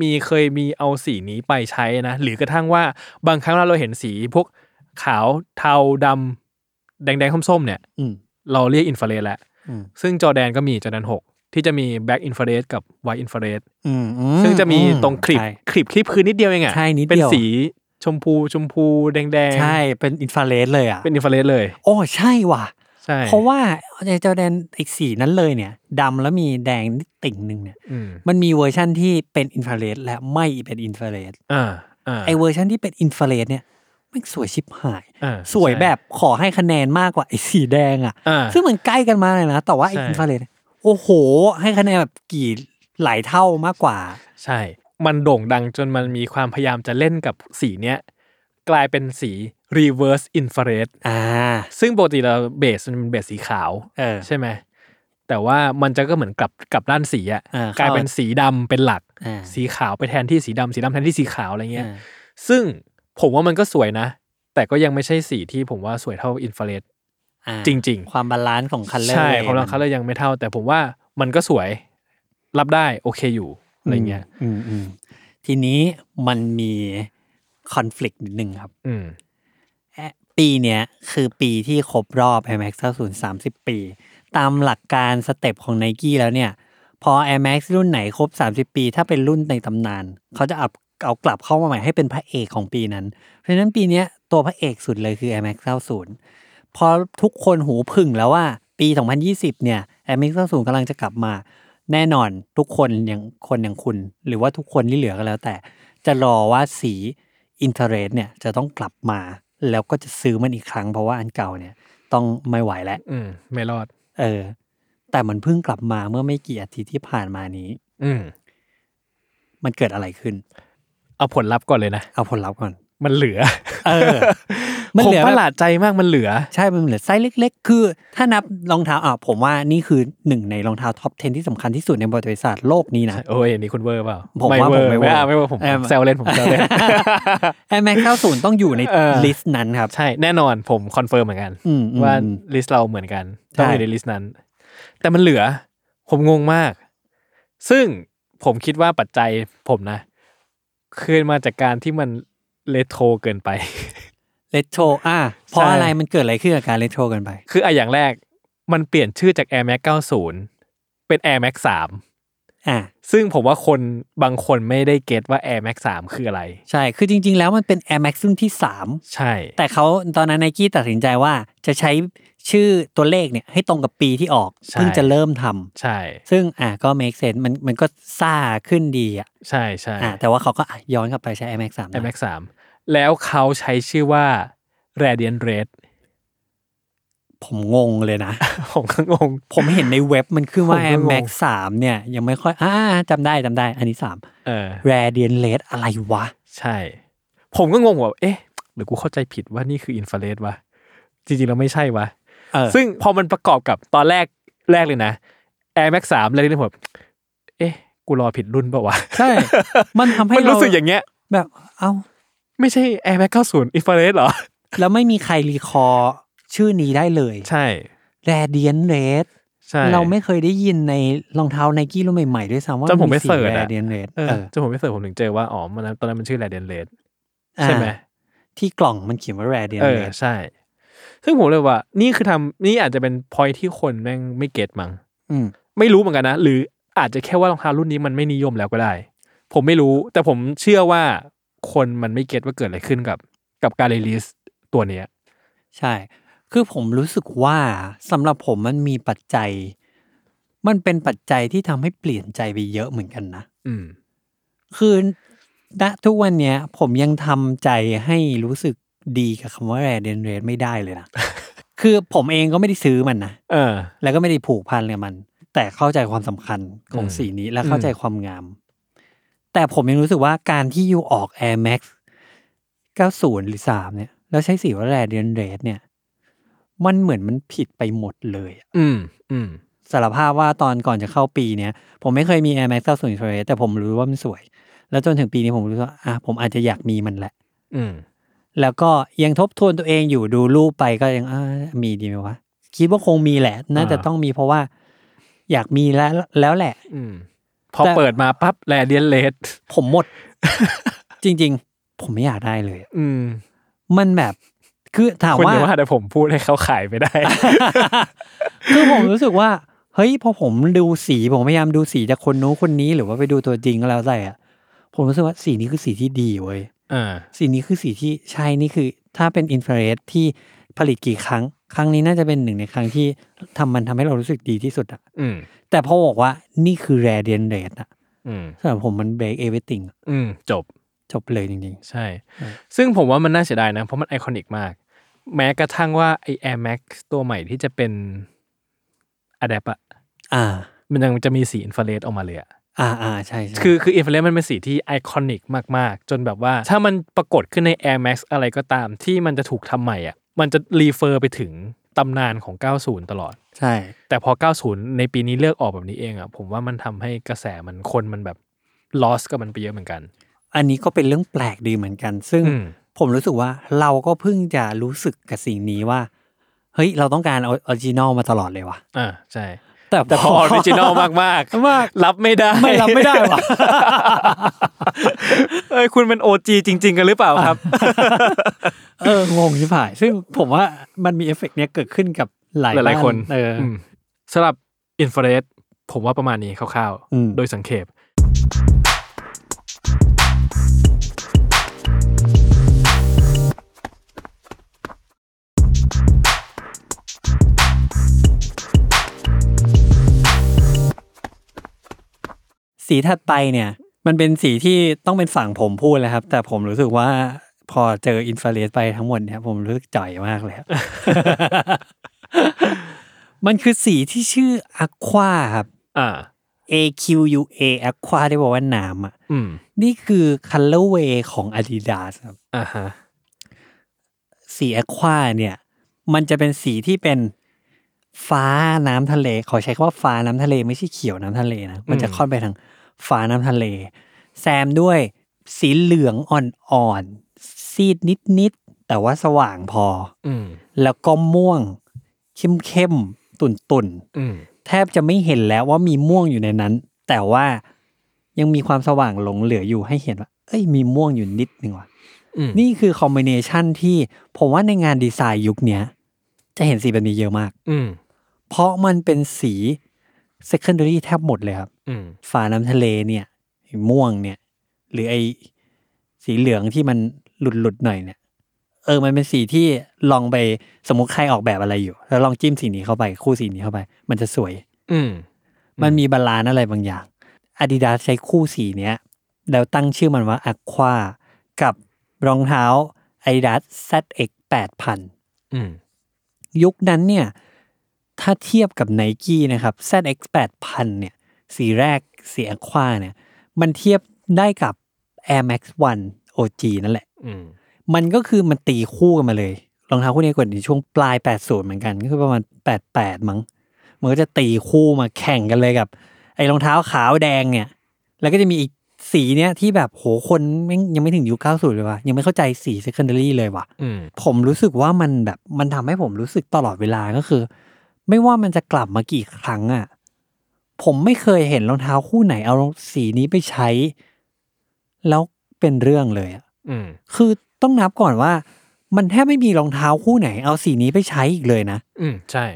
S3: มีเคยมีเอาสีนี้ไปใช้นะ หรือกระทั่งว่าบางครั้งเราเห็นสีพวกขาวเทาดำแดงแดงๆส้มๆเนี่ย
S2: อืม
S3: เราเรียกอินฟราเรดแหละ
S2: อืม
S3: ซึ่งจอร์แดนก็มีจอร์แดนหกที่จะมีแบ็กอินฟราเรดกับไวอินฟราเรด
S2: อืมอื
S3: ซึ่งจะมี
S2: อื
S3: ตรงคลิป
S2: ใช่
S3: คลิปคลิปคือนิดเดียวเองอ่ะ
S2: ใช่นิดเดียว
S3: เป็นสีชมพูชมพูแดงแดงๆ
S2: ใช่เป็นอินฟราเรดเลยอ่ะ
S3: เป็นอินฟราเรดเลย
S2: โอ้ใช่ว่ะ
S3: ใช่
S2: เพราะว่าในจอแดนไอ้สีนั้นเลยเนี่ยดำแล้วมีแดงนิดติ่งหนึ่งเนี่ย
S3: อืม
S2: มันมีเวอร์ชันที่เป็นอินฟราเรดและไม่เป็นอินฟราเรด
S3: อ่าอ่า
S2: ไอเวอร์ชันที่เป็นอินฟราเรดเนี่ยแมันสวยชิบหาย
S3: อ่า
S2: สวย
S3: ใช่
S2: แบบขอให้คะแนนมากกว่าไอสีแดงอ่ะ
S3: อ่า
S2: ซึ่งมันใกล้กันมากเลยนะ แต่ว่าไอ
S3: ใช่
S2: อินฟราเรดโอ้โห ให้คะแนนแบบกี่หลายเท่ามากกว่า
S3: ใช่ มันโด่งดังจนมันมีความพยายามจะเล่นกับสีเนี้ยกลายเป็นสี reverse infrared
S2: อ่า
S3: ซึ่งปกติเราเบสมันเป็นเบสสีขาว
S2: เออ
S3: ใช่ไหมแต่ว่ามันจะก็เหมือนกลับกลับด้านสีอะ
S2: อ่าเข้าก
S3: ลายเป็นสีดำเป็นหลัก
S2: อ่า
S3: สีขาวไปแทนที่สีดำสีดำแทนที่สีขาวอะไรเงี้ย
S2: อ่า
S3: ซึ่งผมว่ามันก็สวยนะ แต่ก็ยังไม่ใช่สีที่ผมว่าสวยเท่าอินฟราเรด
S2: อ่า
S3: จริงๆ
S2: ความบาลานซ์ของคันเลอร์
S3: ใช่ความรักเขาเลยยังไม่เท่า แต่ผมว่ามันก็สวยรับได้โอเคอยู่อะไรเงี้ย
S2: อืมอืมทีนี้มันมีคอน FLICT นิดนึงครับ
S3: อืม
S2: ปีเนี้ยคือปีที่ครบรอบ Air Max 90 30 ปี ตามหลักการสเต็ปของ n i กี้แล้วเนี่ย พอ Air Max รุ่นไหนครบ 30 ปี ถ้าเป็นรุ่นในตำนาน เขาจะเอาเอากลับเข้ามาใหม่ให้เป็นพระเอกของปีนั้น เพราะฉะนั้นปีเนี้ยตัวพระเอกสุดเลยคือ Air Max 90 พอทุกคนหูพึ่งแล้วว่าปี 2020 เนี่ย Air Max 90กำลังจะกลับมา แน่นอนทุกคนอย่างคนอย่างคุณ หรือว่าทุกคนที่เหลือก็แล้วแต่ จะรอว่าสีอินเทอร์เรเนี่ยจะต้องกลับมา แล้วก็จะซื้อมันอีกครั้งเพราะว่าอันเก่าเนี่ย ต้องไม่ไหวแล้ว
S3: อืม ไม่รอด
S2: เออ แต่มันเพิ่งกลับมาเมื่อไม่กี่อาทิตย์ที่ผ่านมานี้
S3: อืม
S2: มันเกิดอะไรขึ้น
S3: เอาผลลัพธ์ก่อนเลยนะ
S2: เอาผลลัพธ์ก่อน
S3: มันเหลือ
S2: เออ
S3: มั
S2: มัน น
S3: เห
S2: เห
S3: ลื
S2: ลื
S3: อ
S2: อแบ
S3: ประ
S2: บ
S3: หลาดใจมากมันเหลือ
S2: ใช่มันเหลือไซส์เล็ก ๆ คือ ถ้านับรองเท้าอ่ะผมว่านี่คือหนึ่งในรองเท้าท็อป 10 ที่สำคัญที่สุดในประวัติศาสตร์โลกนี้นะ
S3: โอ้ยอันนี่คุณเวอร์เปล่า
S2: ผมว่า
S3: เวอร์
S2: ผมไม่เวอร์
S3: ไม่าไม่เวอร์ผม
S2: เออ
S3: แซวเล่นผมแซว
S2: *laughs*
S3: เล่น
S2: แอร์แม็กเก้าศูนย์ต้องอยู่ใน
S3: เออ
S2: ลิสต์นั้นครับ
S3: ใช่แน่นอนผมคอนเฟิร์มเหมือนกัน
S2: อืมอืม
S3: ว่า
S2: อืม
S3: ลิสต์เราเหมือนกัน ต้องอยู่
S2: ใช่
S3: ในลิสต์นั้น แต่มันเหลือ ผมงงมาก ซึ่งผมคิดว่าปัจจัยผมนะคืนมาจากการที่มันเลโทรเกินไป *laughs*
S2: เลโทรอ่ะเพราะอะไรมันเกิดอะไรขึ้นกับการเลโทรกันไป
S3: คืออ่ะอย่างแรกมันเปลี่ยนชื่อจาก Air Max 90 เป็น Air Max
S2: อ่ะ
S3: 3 ซึ่งผมว่าคนบางคนไม่ได้เก็ตว่า Air Max 3 คืออะไร
S2: ใช่คือจริง ๆ แล้วมันเป็น Air Max รุ่นที่
S3: ใช่
S2: 3 แต่เขาตอนนั้นไนกี้ตัดสินใจว่าจะใช้ชื่อตัวเลขเนี่ยให้ตรงกับปีที่ออกเพิ่งจะเริ่มทำ
S3: ใช่
S2: ซึ่งอ่ะก็ make sense มันมันก็ซ่าขึ้นดีอ่ะ
S3: ใช่ใช่
S2: อ่ะแต่ว่าเขาก็อ่ะย้อนกลับไปใช้ Air Max 3
S3: Air Max 3 แล้วเขาใช้ชื่อว่า Radiant Red
S2: ผมงงเลย
S3: *laughs*
S2: นะ
S3: ผมก็งง
S2: ผมเห็นในเว็บมันขึ้นว่า
S3: ผมก็
S2: Air
S3: งง
S2: Max 3 เนี่ย ยังไม่ค่อยอ่าจำได้จำได้ อันนี้
S3: เออ
S2: 3 Radiant Red อะไรวะ
S3: ใช่ ผมก็งงว่า เอ๊ะ หรือกูเข้าใจผิดว่านี่คืออินฟราเรดวะ จริงๆ แล้วไม่ใช่วะ
S2: เออ
S3: ซึ่งพอมันประกอบกับตอนแรกแรกเลยนะ Air Max 3แล้วนี่ผมเอ๊ะ กูรอผิดรุ่นเปล่าวะ
S2: ใช่ มันทำให้
S3: มันรู้สึก
S2: เ
S3: อย่างเงี้ย
S2: แบบเอ้า
S3: ไม่ใช่ Air Max 90 อินฟราเรดเหรอ
S2: แล้วไม่มีใครรีคอร์ชื่อนี้ได้เลย
S3: ใช่
S2: Radiant Red
S3: ใช่
S2: เราไม่เคยได้ยินในรองเท้าไนกี้รุ่นใหม่ๆด้วยซ้ำว่า
S3: จนผมไปเสิร์ชอะ
S2: แรเดียนเรด
S3: เออจนผมไม่เสิร์ชผมถึงเจอว่า อ๋อ มันตอนนั้นมันชื่อ Radiant Red ใช่ไหม
S2: ที่กล่องมันเขียนว่าแรเดียน
S3: เอ
S2: เร
S3: อ
S2: ด
S3: ใช่ ซึ่งผมเลยว่า นี่คือทำนี่อาจจะเป็นพอยที่คนแม่งไม่เก็ตมั้ง
S2: อืม
S3: ไม่รู้เหมือนกันนะ หรืออาจจะแค่ว่ารองเท้ารุ่นนี้มันไม่นิยมแล้วก็ได้ ผมไม่รู้ แต่ผมเชื่อว่าคนมันไม่เก็ตว่าเกิดอะไรขึ้นกับ กับการรีลิสตัวเนี้ย
S2: ใช่ คือผมรู้สึกว่าสำหรับผมมันมีปัจจัย มันเป็นปัจจัยที่ทำให้เปลี่ยนใจไปเยอะเหมือนกันนะ
S3: อืม
S2: คือณทุกวันเนี้ย ผมยังทำใจให้รู้สึกดีกับคำว่าแรเดนเรดไม่ได้เลย
S3: *laughs*
S2: นะ คือผมเองก็ไม่ได้ซื้อมันนะ
S3: เออ
S2: แล้วก็ไม่ได้ผูกพันเลยมัน แต่เข้าใจความสำคัญของ
S3: อืม
S2: สีนี้และเข้าใจความงาม แต่ผมยังรู้สึกว่าการที่ยูออก Air Max 90 หรือ 3 เนี่ย แล้วใช้สีว่าแรเดนเรดเนี่ย มันเหมือนมันผิดไปหมดเลยอะ
S3: อืม อืม
S2: สารภาพว่าตอนก่อนจะเข้าปีเนี่ย ผมไม่เคยมี Air Max 90 Ultra Red แต่ผมรู้ว่ามันสวย แล้วจนถึงปีนี้ผมรู้สึกว่าอ่ะผมอาจจะอยากมีมันแหละ
S3: อืม
S2: แล้วก็ยังทบทวนตัวเองอยู่ดูรูปไปก็ยังอามีดีไหมวะ คิดว่าคงมีแหละ น่าจะ
S3: อ่า
S2: ต้องมีเพราะว่า อยากมีแล้วแล้วแหละ
S3: อืม พอ
S2: แต่
S3: เปิดมาปั๊บแลเดียนเลส
S2: ผมหมด จริง ๆ ผมไม่อยากได้เลย
S3: อืม
S2: มันแบบคือถาม
S3: คุณ
S2: ว่า
S3: อย่าว่าแต่ผมพูดให้เขาขายไม่ได้
S2: *laughs* คือผมรู้สึกว่า เฮ้ยพอผมดูสีผมพยายามดูสีจากคนนู้นคนนี้หรือว่าไปดูตัวจริงก็แล้วแต่อะผมรู้สึกว่าสีนี้คือสีที่ดีเว้ย
S3: เออ
S2: สีนี้คือสีที่ใช่นี่คือ ถ้าเป็นอินฟราเรดที่ผลิตกี่ครั้ง ครั้งนี้น่าจะเป็นหนึ่งในครั้งที่ทำมันทำให้เรารู้สึกดีที่สุดอะ
S3: อืม
S2: แต่พอบอกว่านี่คือแรเดียนเรดอะ
S3: อืม
S2: สำหรับผมมันเบรกเอเวอร์ติง
S3: อืม จบ
S2: จบเลยจริง
S3: ใช่
S2: อืม
S3: ซึ่งผมว่ามันน่าเสียดายนะ เพราะมันไอคอนิกมาก แม้กระทั่งว่าไอ Air Max ตัวใหม่ที่จะเป็นอะแดปอะ
S2: ๆ อ่า
S3: มันยังจะมีสีอินฟราเรดออกมาเลยอะ
S2: อ่าอ่าใช่ใช่
S3: คือคืออินฟราเรดมันเป็นสีที่ไอคอนิกมาก ๆ จนแบบว่า ถ้ามันปรากฏขึ้นใน Air Max อะไรก็ตามที่มันจะถูกทำใหม่อะมันจะรีเฟอร์ไปถึงตำนานของ 90 ตลอด
S2: ใช่
S3: แต่พอ 90 ในปีนี้เลือกออกแบบนี้เองอะผมว่ามันทำให้กระแสมันคนมันแบบลอสกับมันไปเยอะเหมือนกัน
S2: อันนี้ก็เป็นเรื่องแปลกดีเหมือนกัน ซึ่ง
S3: อืม
S2: ผมรู้สึกว่าเราก็เพิ่งจะรู้สึกกับสิ่งนี้ว่า เฮ้ย เราต้องการเอาออริจินอลมาตลอดเลยว่ะ
S3: อ่าใช่
S2: แต่
S3: แต่พอออริจิ
S2: *laughs*
S3: นอลมากๆ
S2: มาก
S3: รับไม่ได้
S2: ไม่รับไม่ได้ว่ะ
S3: *laughs* เอ้ยคุณเป็นโอจจริง ๆ กันหรือเปล่าครับ
S2: เอองงชิบหาย ซึ่งผมว่ามันมีเอฟเฟกต์เนี้ยเกิดขึ้นกับหลาย
S3: หลายๆคน
S2: บ้เอออ
S3: มสำหรับอินฟราเรดผมว่าประมาณนี้คร่าว
S2: อืม
S3: โดยสังเขป
S2: สีถัดไปเนี่ย มันเป็นสีที่ต้องเป็นฝั่งผมพูดแล้วครับ แต่ผมรู้สึกว่าพอเจออินฟราเรดไปทั้งหมดเนี่ย ผมรู้สึกจ่อยมากเลยครับ *laughs* มันคือสีที่ชื่ออควาครับ
S3: อ่า
S2: A Q U A อควาที่บอกว่าน้ำอ่ะ
S3: อืม
S2: นี่คือ colorway ของ Adidas ครับ
S3: อ่าฮะ
S2: สีแอควาเนี่ย มันจะเป็นสีที่เป็นฟ้าน้ำทะเล ขอใช้คำว่าฟ้าน้ำทะเลไม่ใช่เขียวน้ำทะเลนะ มันจะค่อนไปทางฟ้าน้ำทะเล แซมด้วยสีเหลืองอ่อนๆ ซีดนิดๆ แต่ว่าสว่างพอ
S3: อืม
S2: แล้วก็ม่วงเข้มๆ ตุ่น
S3: อืม
S2: ๆ แทบจะไม่เห็นแล้วว่ามีม่วงอยู่ในนั้น แต่ว่ายังมีความสว่างหลงเหลืออยู่ให้เห็นว่า เอ้ยมีม่วงอยู่นิดนึงว่ะ
S3: อืม
S2: นี่คือคอมบิเนชันที่ผมว่าในงานดีไซน์ยุคเนี้ย จะเห็นสีแบบนี้เยอะมาก
S3: อืม
S2: เพราะมันเป็นสี secondary แทบหมดเลยครับ
S3: อืม
S2: ฝาน้ำทะเลเนี่ยไอ้ม่วงเนี่ย หรือไอสีเหลืองที่มันหลุดหลุดๆหน่อยเนี่ย เออมันเป็นสีที่ลองไปสมมติใครออกแบบอะไรอยู่ แล้วลองจิ้มสีนี้เข้าไป คู่สีนี้เข้าไป มันจะสวย
S3: อืม
S2: มันมีบาลานซ์อะไรบางอย่าง Adidas ใช้คู่สีเนี้ย แล้วตั้งชื่อมันว่า Aqua กับรองเท้า Adidas ZX 8000
S3: อืม
S2: ยุคนั้นเนี่ย ถ้าเทียบกับ n i กี้นะครับ ZX 8000เนี่ย สีแรกสี Aqua เนี่ย มันเทียบได้กับ Air Max 1 OG นั่นแหละ
S3: อืม
S2: มันก็คือมันตีคู่กันมาเลย รองเท้าคู่นี้กดในช่วงปลาย 80 เหมือนกัน ก็คือประมาณ 88 มั้ง มันก็จะตีคู่มาแข่งกันเลยกับ ไอ้รองเท้าขาวแดงเนี่ย แล้วก็จะมีอีกสีเนี้ยที่แบบโหคนแม่งยังไม่ถึงยุค90 เลยว่ะ ยังไม่เข้าใจสี secondary เลยว่ะ
S3: อืม
S2: ผมรู้สึกว่ามันแบบมันทำให้ผมรู้สึกตลอดเวลาก็คือ ไม่ว่ามันจะกลับมากี่ครั้งอะผมไม่เคยเห็นรองเท้าคู่ไหนเอาสีนี้ไปใช้ แล้วเป็นเรื่องเลยอะ
S3: อืม
S2: คือต้องนับก่อนว่า มันแทบไม่มีรองเท้าคู่ไหน เอาสีนี้ไปใช้อีกเลยนะ
S3: อืม ใช่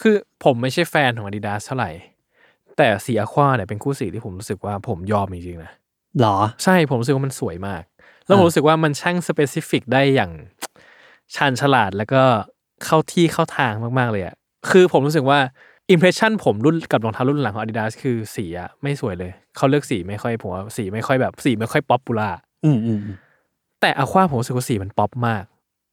S3: คือผมไม่ใช่แฟนของ Adidas เท่าไหร่ แต่สีอควาเนี่ยเป็นคู่สีที่ผมรู้สึกว่าผมยอมจริงๆนะ
S2: หรอ
S3: ใช่ผมรู้สึกว่ามันสวยมาก แล้วผมรู้สึกว่ามันช่างสเปซิฟิกได้อย่าง ชาญฉลาดแล้วก็เข้าที่เข้าทางมากๆเลยอะคือผมรู้สึกว่าอิมเพรสชันผมรุ่นกับรองเท้ารุ่นหลังของ Adidas คือสีอะไม่สวยเลย เขาเลือกสีไม่ค่อยผมว่าสีไม่ค่อยแบบสีไม่ค่อยป๊อปปูล่า
S2: อืมอืมอืม
S3: แต่อควาผมรู้สึกว่าสีมันป๊อปมาก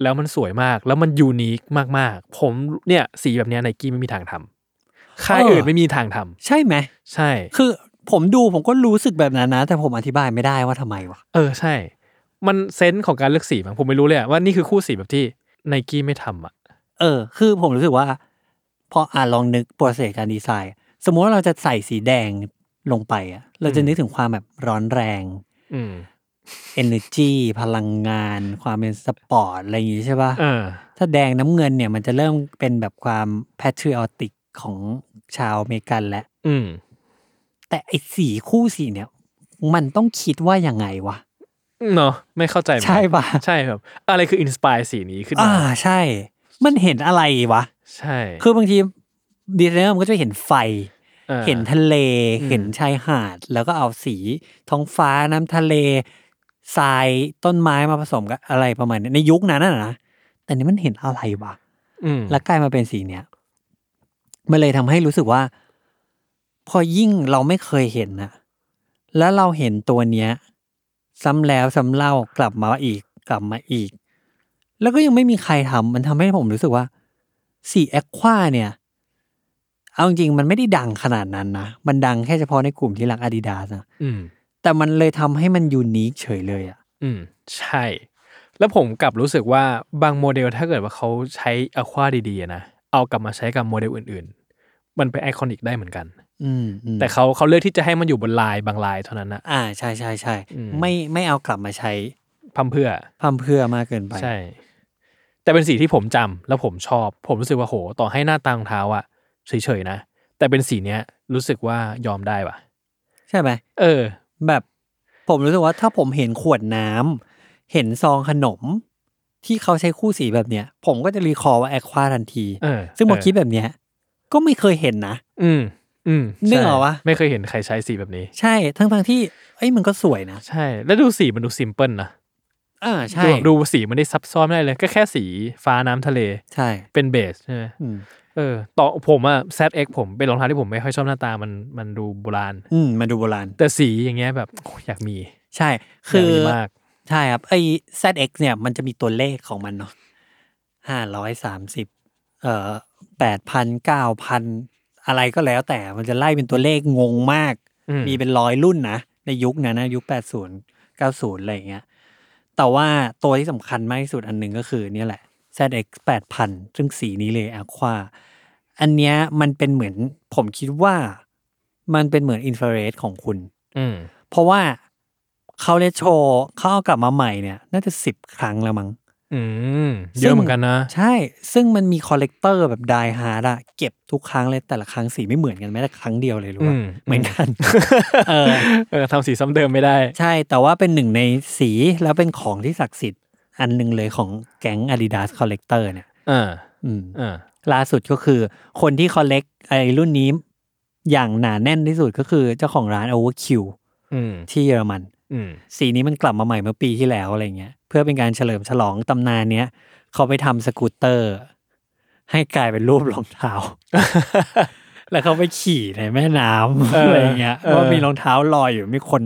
S3: แล้วมันสวยมากแล้วมันยูนิคมากๆ ผมเนี่ยสีแบบเนี้ไนกี้ไม่มีทางทำค่ายอื่นไม่มีทางทำ
S2: ใช่ไหม
S3: ใช่
S2: คือผมดูผมก็รู้สึกแบบนั้นนะ แต่ผมอธิบายไม่ได้ว่าทำไมวะ
S3: เออใช่ มันเซนส์ของการเลือกสีมั้งผมไม่รู้เลยอะว่านี่คือคู่สีแบบที่ไนกี้ไม่ทำอ่ะ
S2: เออ คือผมรู้สึกว่า พออ่านลองนึกโปรเซสการดีไซน์ สมมุติว่าเราจะใส่สีแดงลงไปอะเราจะนึกถึงความแบบร้อนแรง
S3: อืม
S2: energy พลังงาน ความเป็นสปอร์ต อะไรอย่างงี้ใช่ปะ
S3: เออ
S2: ถ้าแดงน้ำเงินเนี่ยมันจะเริ่มเป็นแบบความแพทริออติกของชาวอเมริกันแล้ว
S3: อืม
S2: แต่ไอ้สีคู่สีเนี่ย มันต้องคิดว่ายังไงวะ
S3: เนาะไม่เข้าใจเหมือนกัน
S2: ใช่ปะ
S3: ใช่ครับ อะไรคืออินสปายสีนี้ขึ้น
S2: อ่า
S3: มา
S2: ใช่ มันเห็นอะไรวะ
S3: ใช่
S2: คือบางทีดีไซเนอร์มันก็จะเห็นไฟ
S3: ออ
S2: เห็นทะเล
S3: อืม
S2: เห็นชายหาด แล้วก็เอาสีท้องฟ้าน้ำทะเลทรายต้นไม้มาผสมกับอะไรประมาณเนี้ยในยุคนั้นน่ะนะ แต่นี่มันเห็นอะไรวะ
S3: อืม
S2: แล้วกลายมาเป็นสีเนี้ยมันเลยทำให้รู้สึกว่า พอยิ่งเราไม่เคยเห็นนะแล้วเราเห็นตัวเนี้ย ซ้ำแล้วซ้ำเล่ากลับมาอีกกลับมาอีก แล้วก็ยังไม่มีใครทำมันทำให้ผมรู้สึกว่า สีแอคควาเนี่ย เอาจริงๆมันไม่ได้ดังขนาดนั้นนะมันดังแค่เฉพาะในกลุ่มที่รักอาดิดาสนะ
S3: อืม
S2: แต่มันเลยทำให้มันยูนิคเฉยเลยอะ
S3: อืม ใช่ แล้วผมกลับรู้สึกว่าบางโมเดลถ้าเกิดว่าเขาใช้อควาดีๆอะนะ เอากลับมาใช้กับโมเดลอื่นๆ มันเป็นไอคอนิกได้เหมือนกัน
S2: อืมอืม
S3: แต่เขาเขาเลือกที่จะให้มันอยู่บนลายบางลายเท่านั้นนะ
S2: อ่าใช่ใช่ใช่
S3: อืม
S2: ไม่ไม่เอากลับมาใช้
S3: พัมเพื่อ
S2: พร่ำเพรื่อมากเกินไป
S3: ใช่ แต่เป็นสีที่ผมจำแล้วผมชอบ ผมรู้สึกว่าโห ต่อให้หน้าตารองเท้าอะเฉยๆนะ แต่เป็นสีเนี้ยรู้สึกว่ายอมได้ว่ะ
S2: ใช่ไหม
S3: เออ
S2: แบบผมรู้สึกว่าถ้าผมเห็นขวดน้ำเห็นซองขนม ที่เขาใช้คู่สีแบบเนี้ย ผมก็จะรีคอร์ว่าแอควาทันที
S3: เออ
S2: ซึ่งผม
S3: เออ
S2: คิดแบบเนี้ย ก็ไม่เคยเห็นนะ
S3: อืม อืม
S2: นึกออก
S3: ใช่
S2: วะ
S3: ไม่เคยเห็นใครใช้สีแบบนี้
S2: ใช่ทั้งทั้งๆที่เอ้ยมันก็สวยนะ
S3: ใช่ แล้วดูสีมันดูซิมเพิลนะ
S2: อ่าใช่
S3: ดูแบบดูสีมันได้ซับซ้อนไม่ได้เลย ก็แค่สีฟ้าน้ำทะเล
S2: ใช่
S3: เป็นเบสใช่ไหม
S2: อืม
S3: เออ ต่อผมอะ ZX ผมเป็นรองเท้าที่ผมไม่ค่อยชอบหน้าตามันมันดูโบราณ
S2: อืมมาดูโบราณ
S3: แต่สีอย่างเงี้ยแบบโอ้ยอยากมี
S2: ใช่
S3: ยา
S2: คื
S3: ก
S2: อ
S3: มีมาก
S2: ใช่ครับไอ้ ZX เนี่ยมันจะมีตัวเลขของมันเนาะห้าร้อยสามสิบเอ่อแปดพันเก้าพันอะไรก็แล้ว แต่มันจะไล่เป็นตัวเลขงงมาก
S3: อืม
S2: มีเป็นร้อยรุ่นนะ ในยุคนั้นนะยุค 80 90 อะไรอย่างเงี้ยแต่ว่าตัวที่สำคัญมากที่สุดอันหนึ่งก็คือเนี่ยแหละ ZX 8000 ซึ่งสีนี้เลยอควาอันเนี้ยมันเป็นเหมือนผมคิดว่ามันเป็นเหมือนอินฟ a าเรดของคุณ
S3: อืม
S2: เพราะว่าเขาเลโชว์เขาเอากลับมาใหม่เนี่ย น่าจะ 10 ครั้งแล้วมั้ง
S3: อืม เยอะเหมือนกันนะ
S2: ใช่ ซึ่งมันมีคอลเลกเตอร์แบบไดฮาร์ดอะเก็บทุกครั้งเลยแต่ละครั้งสีไม่เหมือนกันแม้แต่ครั้งเดียวเลยรู้ปะ
S3: อืม
S2: เหมือนกัน เออ
S3: เออทำสีซ้ำเดิมไม่ได้
S2: ใช่ แต่ว่าเป็นหนึ่งในสีแล้วเป็นของที่ศักดิ์สิทธิ์ อันหนึ่งเลยของแก๊ง Adidas Collector เนี่ย
S3: อ่า
S2: อืม
S3: อ่า
S2: ล่าสุดก็คือ คนที่ collect ไอ้รุ่นนี้ อย่างหนาแน่นที่สุดก็คือเจ้าของร้าน Overkill
S3: อืม
S2: ที่เยอรมัน
S3: อืม
S2: สีนี้มันกลับมาใหม่เมื่อปีที่แล้วอะไรเงี้ยเพื่อเป็นการเฉลิมฉลองตำนานเนี้ยเขาไปทำสกูตเตอร์ ให้กลายเป็นรูปรองเท้า *laughs* แล้วเขาไปขี่ในแม่น้ำอะไรเงี้ยว่ามีรองเท้าลอยอยู่มีคน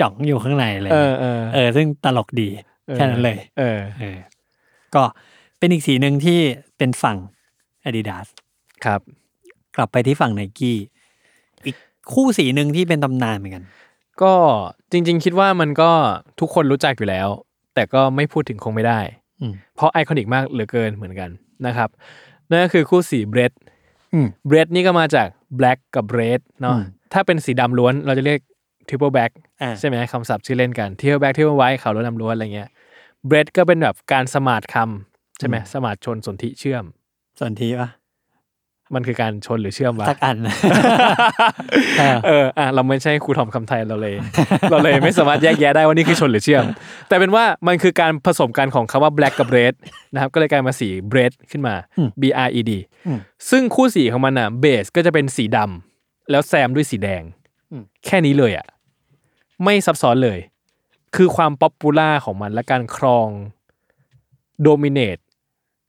S2: จ่องอยู่ข้างในอะไร
S3: เอ
S2: เงี้
S3: อย เออ
S2: เออซึ่งตลกดีแค่นั้นเลย
S3: เออ
S2: เออก็เป็นอีกสีหนึ่งที่เป็นฝั่ง Adidas
S3: ครับ
S2: กลับไปที่ฝั่งไนกี้อีกคู่สีหนึ่งที่เป็นตำนานเหมือนกัน
S3: ก็จริง ๆ คิดว่ามันก็ทุกคนรู้จักอยู่แล้ว แต่ก็ไม่พูดถึงคงไม่ได้
S2: อืม
S3: เพราะไอคอนิกมากเหลือเกินเหมือนกันนะครับ นั่นก็คือคู่สีเบรด
S2: อืม
S3: เบรดนี่ก็มาจาก Black กับ Red เนาะ
S2: อืม
S3: ถ้าเป็นสีดำล้วนเราจะเรียก Triple Black
S2: อ่า
S3: ใช่ไหมคำศัพท์ชื่อเล่นกัน Triple Black Triple White ขาวล้วนดำล้วนอะไรเงี้ย Red ก็เป็นแบบการสมาร์ทคำใช่ไหมสมาร์ทชนสนธิเชื่อม
S2: ส่วนทีปะ
S3: มันคือการชนหรือเชื่อมวะ
S2: สัก
S3: *laughs*
S2: อัน เออ
S3: เอ
S2: *laughs*
S3: อ อ่ะ เราไม่ใช่ครูทอมคำไทยเราเลย *laughs* เราเลยไม่สามารถแยกแยะได้ว่านี่คือชนหรือเชื่อม แต่เป็นว่ามันคือการผสมกันของคำว่า black กับ red นะครับ ก็เลยกลายมาสี red ขึ้นมา
S2: อืม
S3: B R E D
S2: อืม
S3: ซึ่งคู่สีของมันอ่ะเบสก็จะเป็นสีดำแล้วแซมด้วยสีแดง
S2: อืม
S3: แค่นี้เลยอ่ะ ไม่ซับซ้อนเลย คือความป๊อปปูล่าของมันและการครองโดมิเนต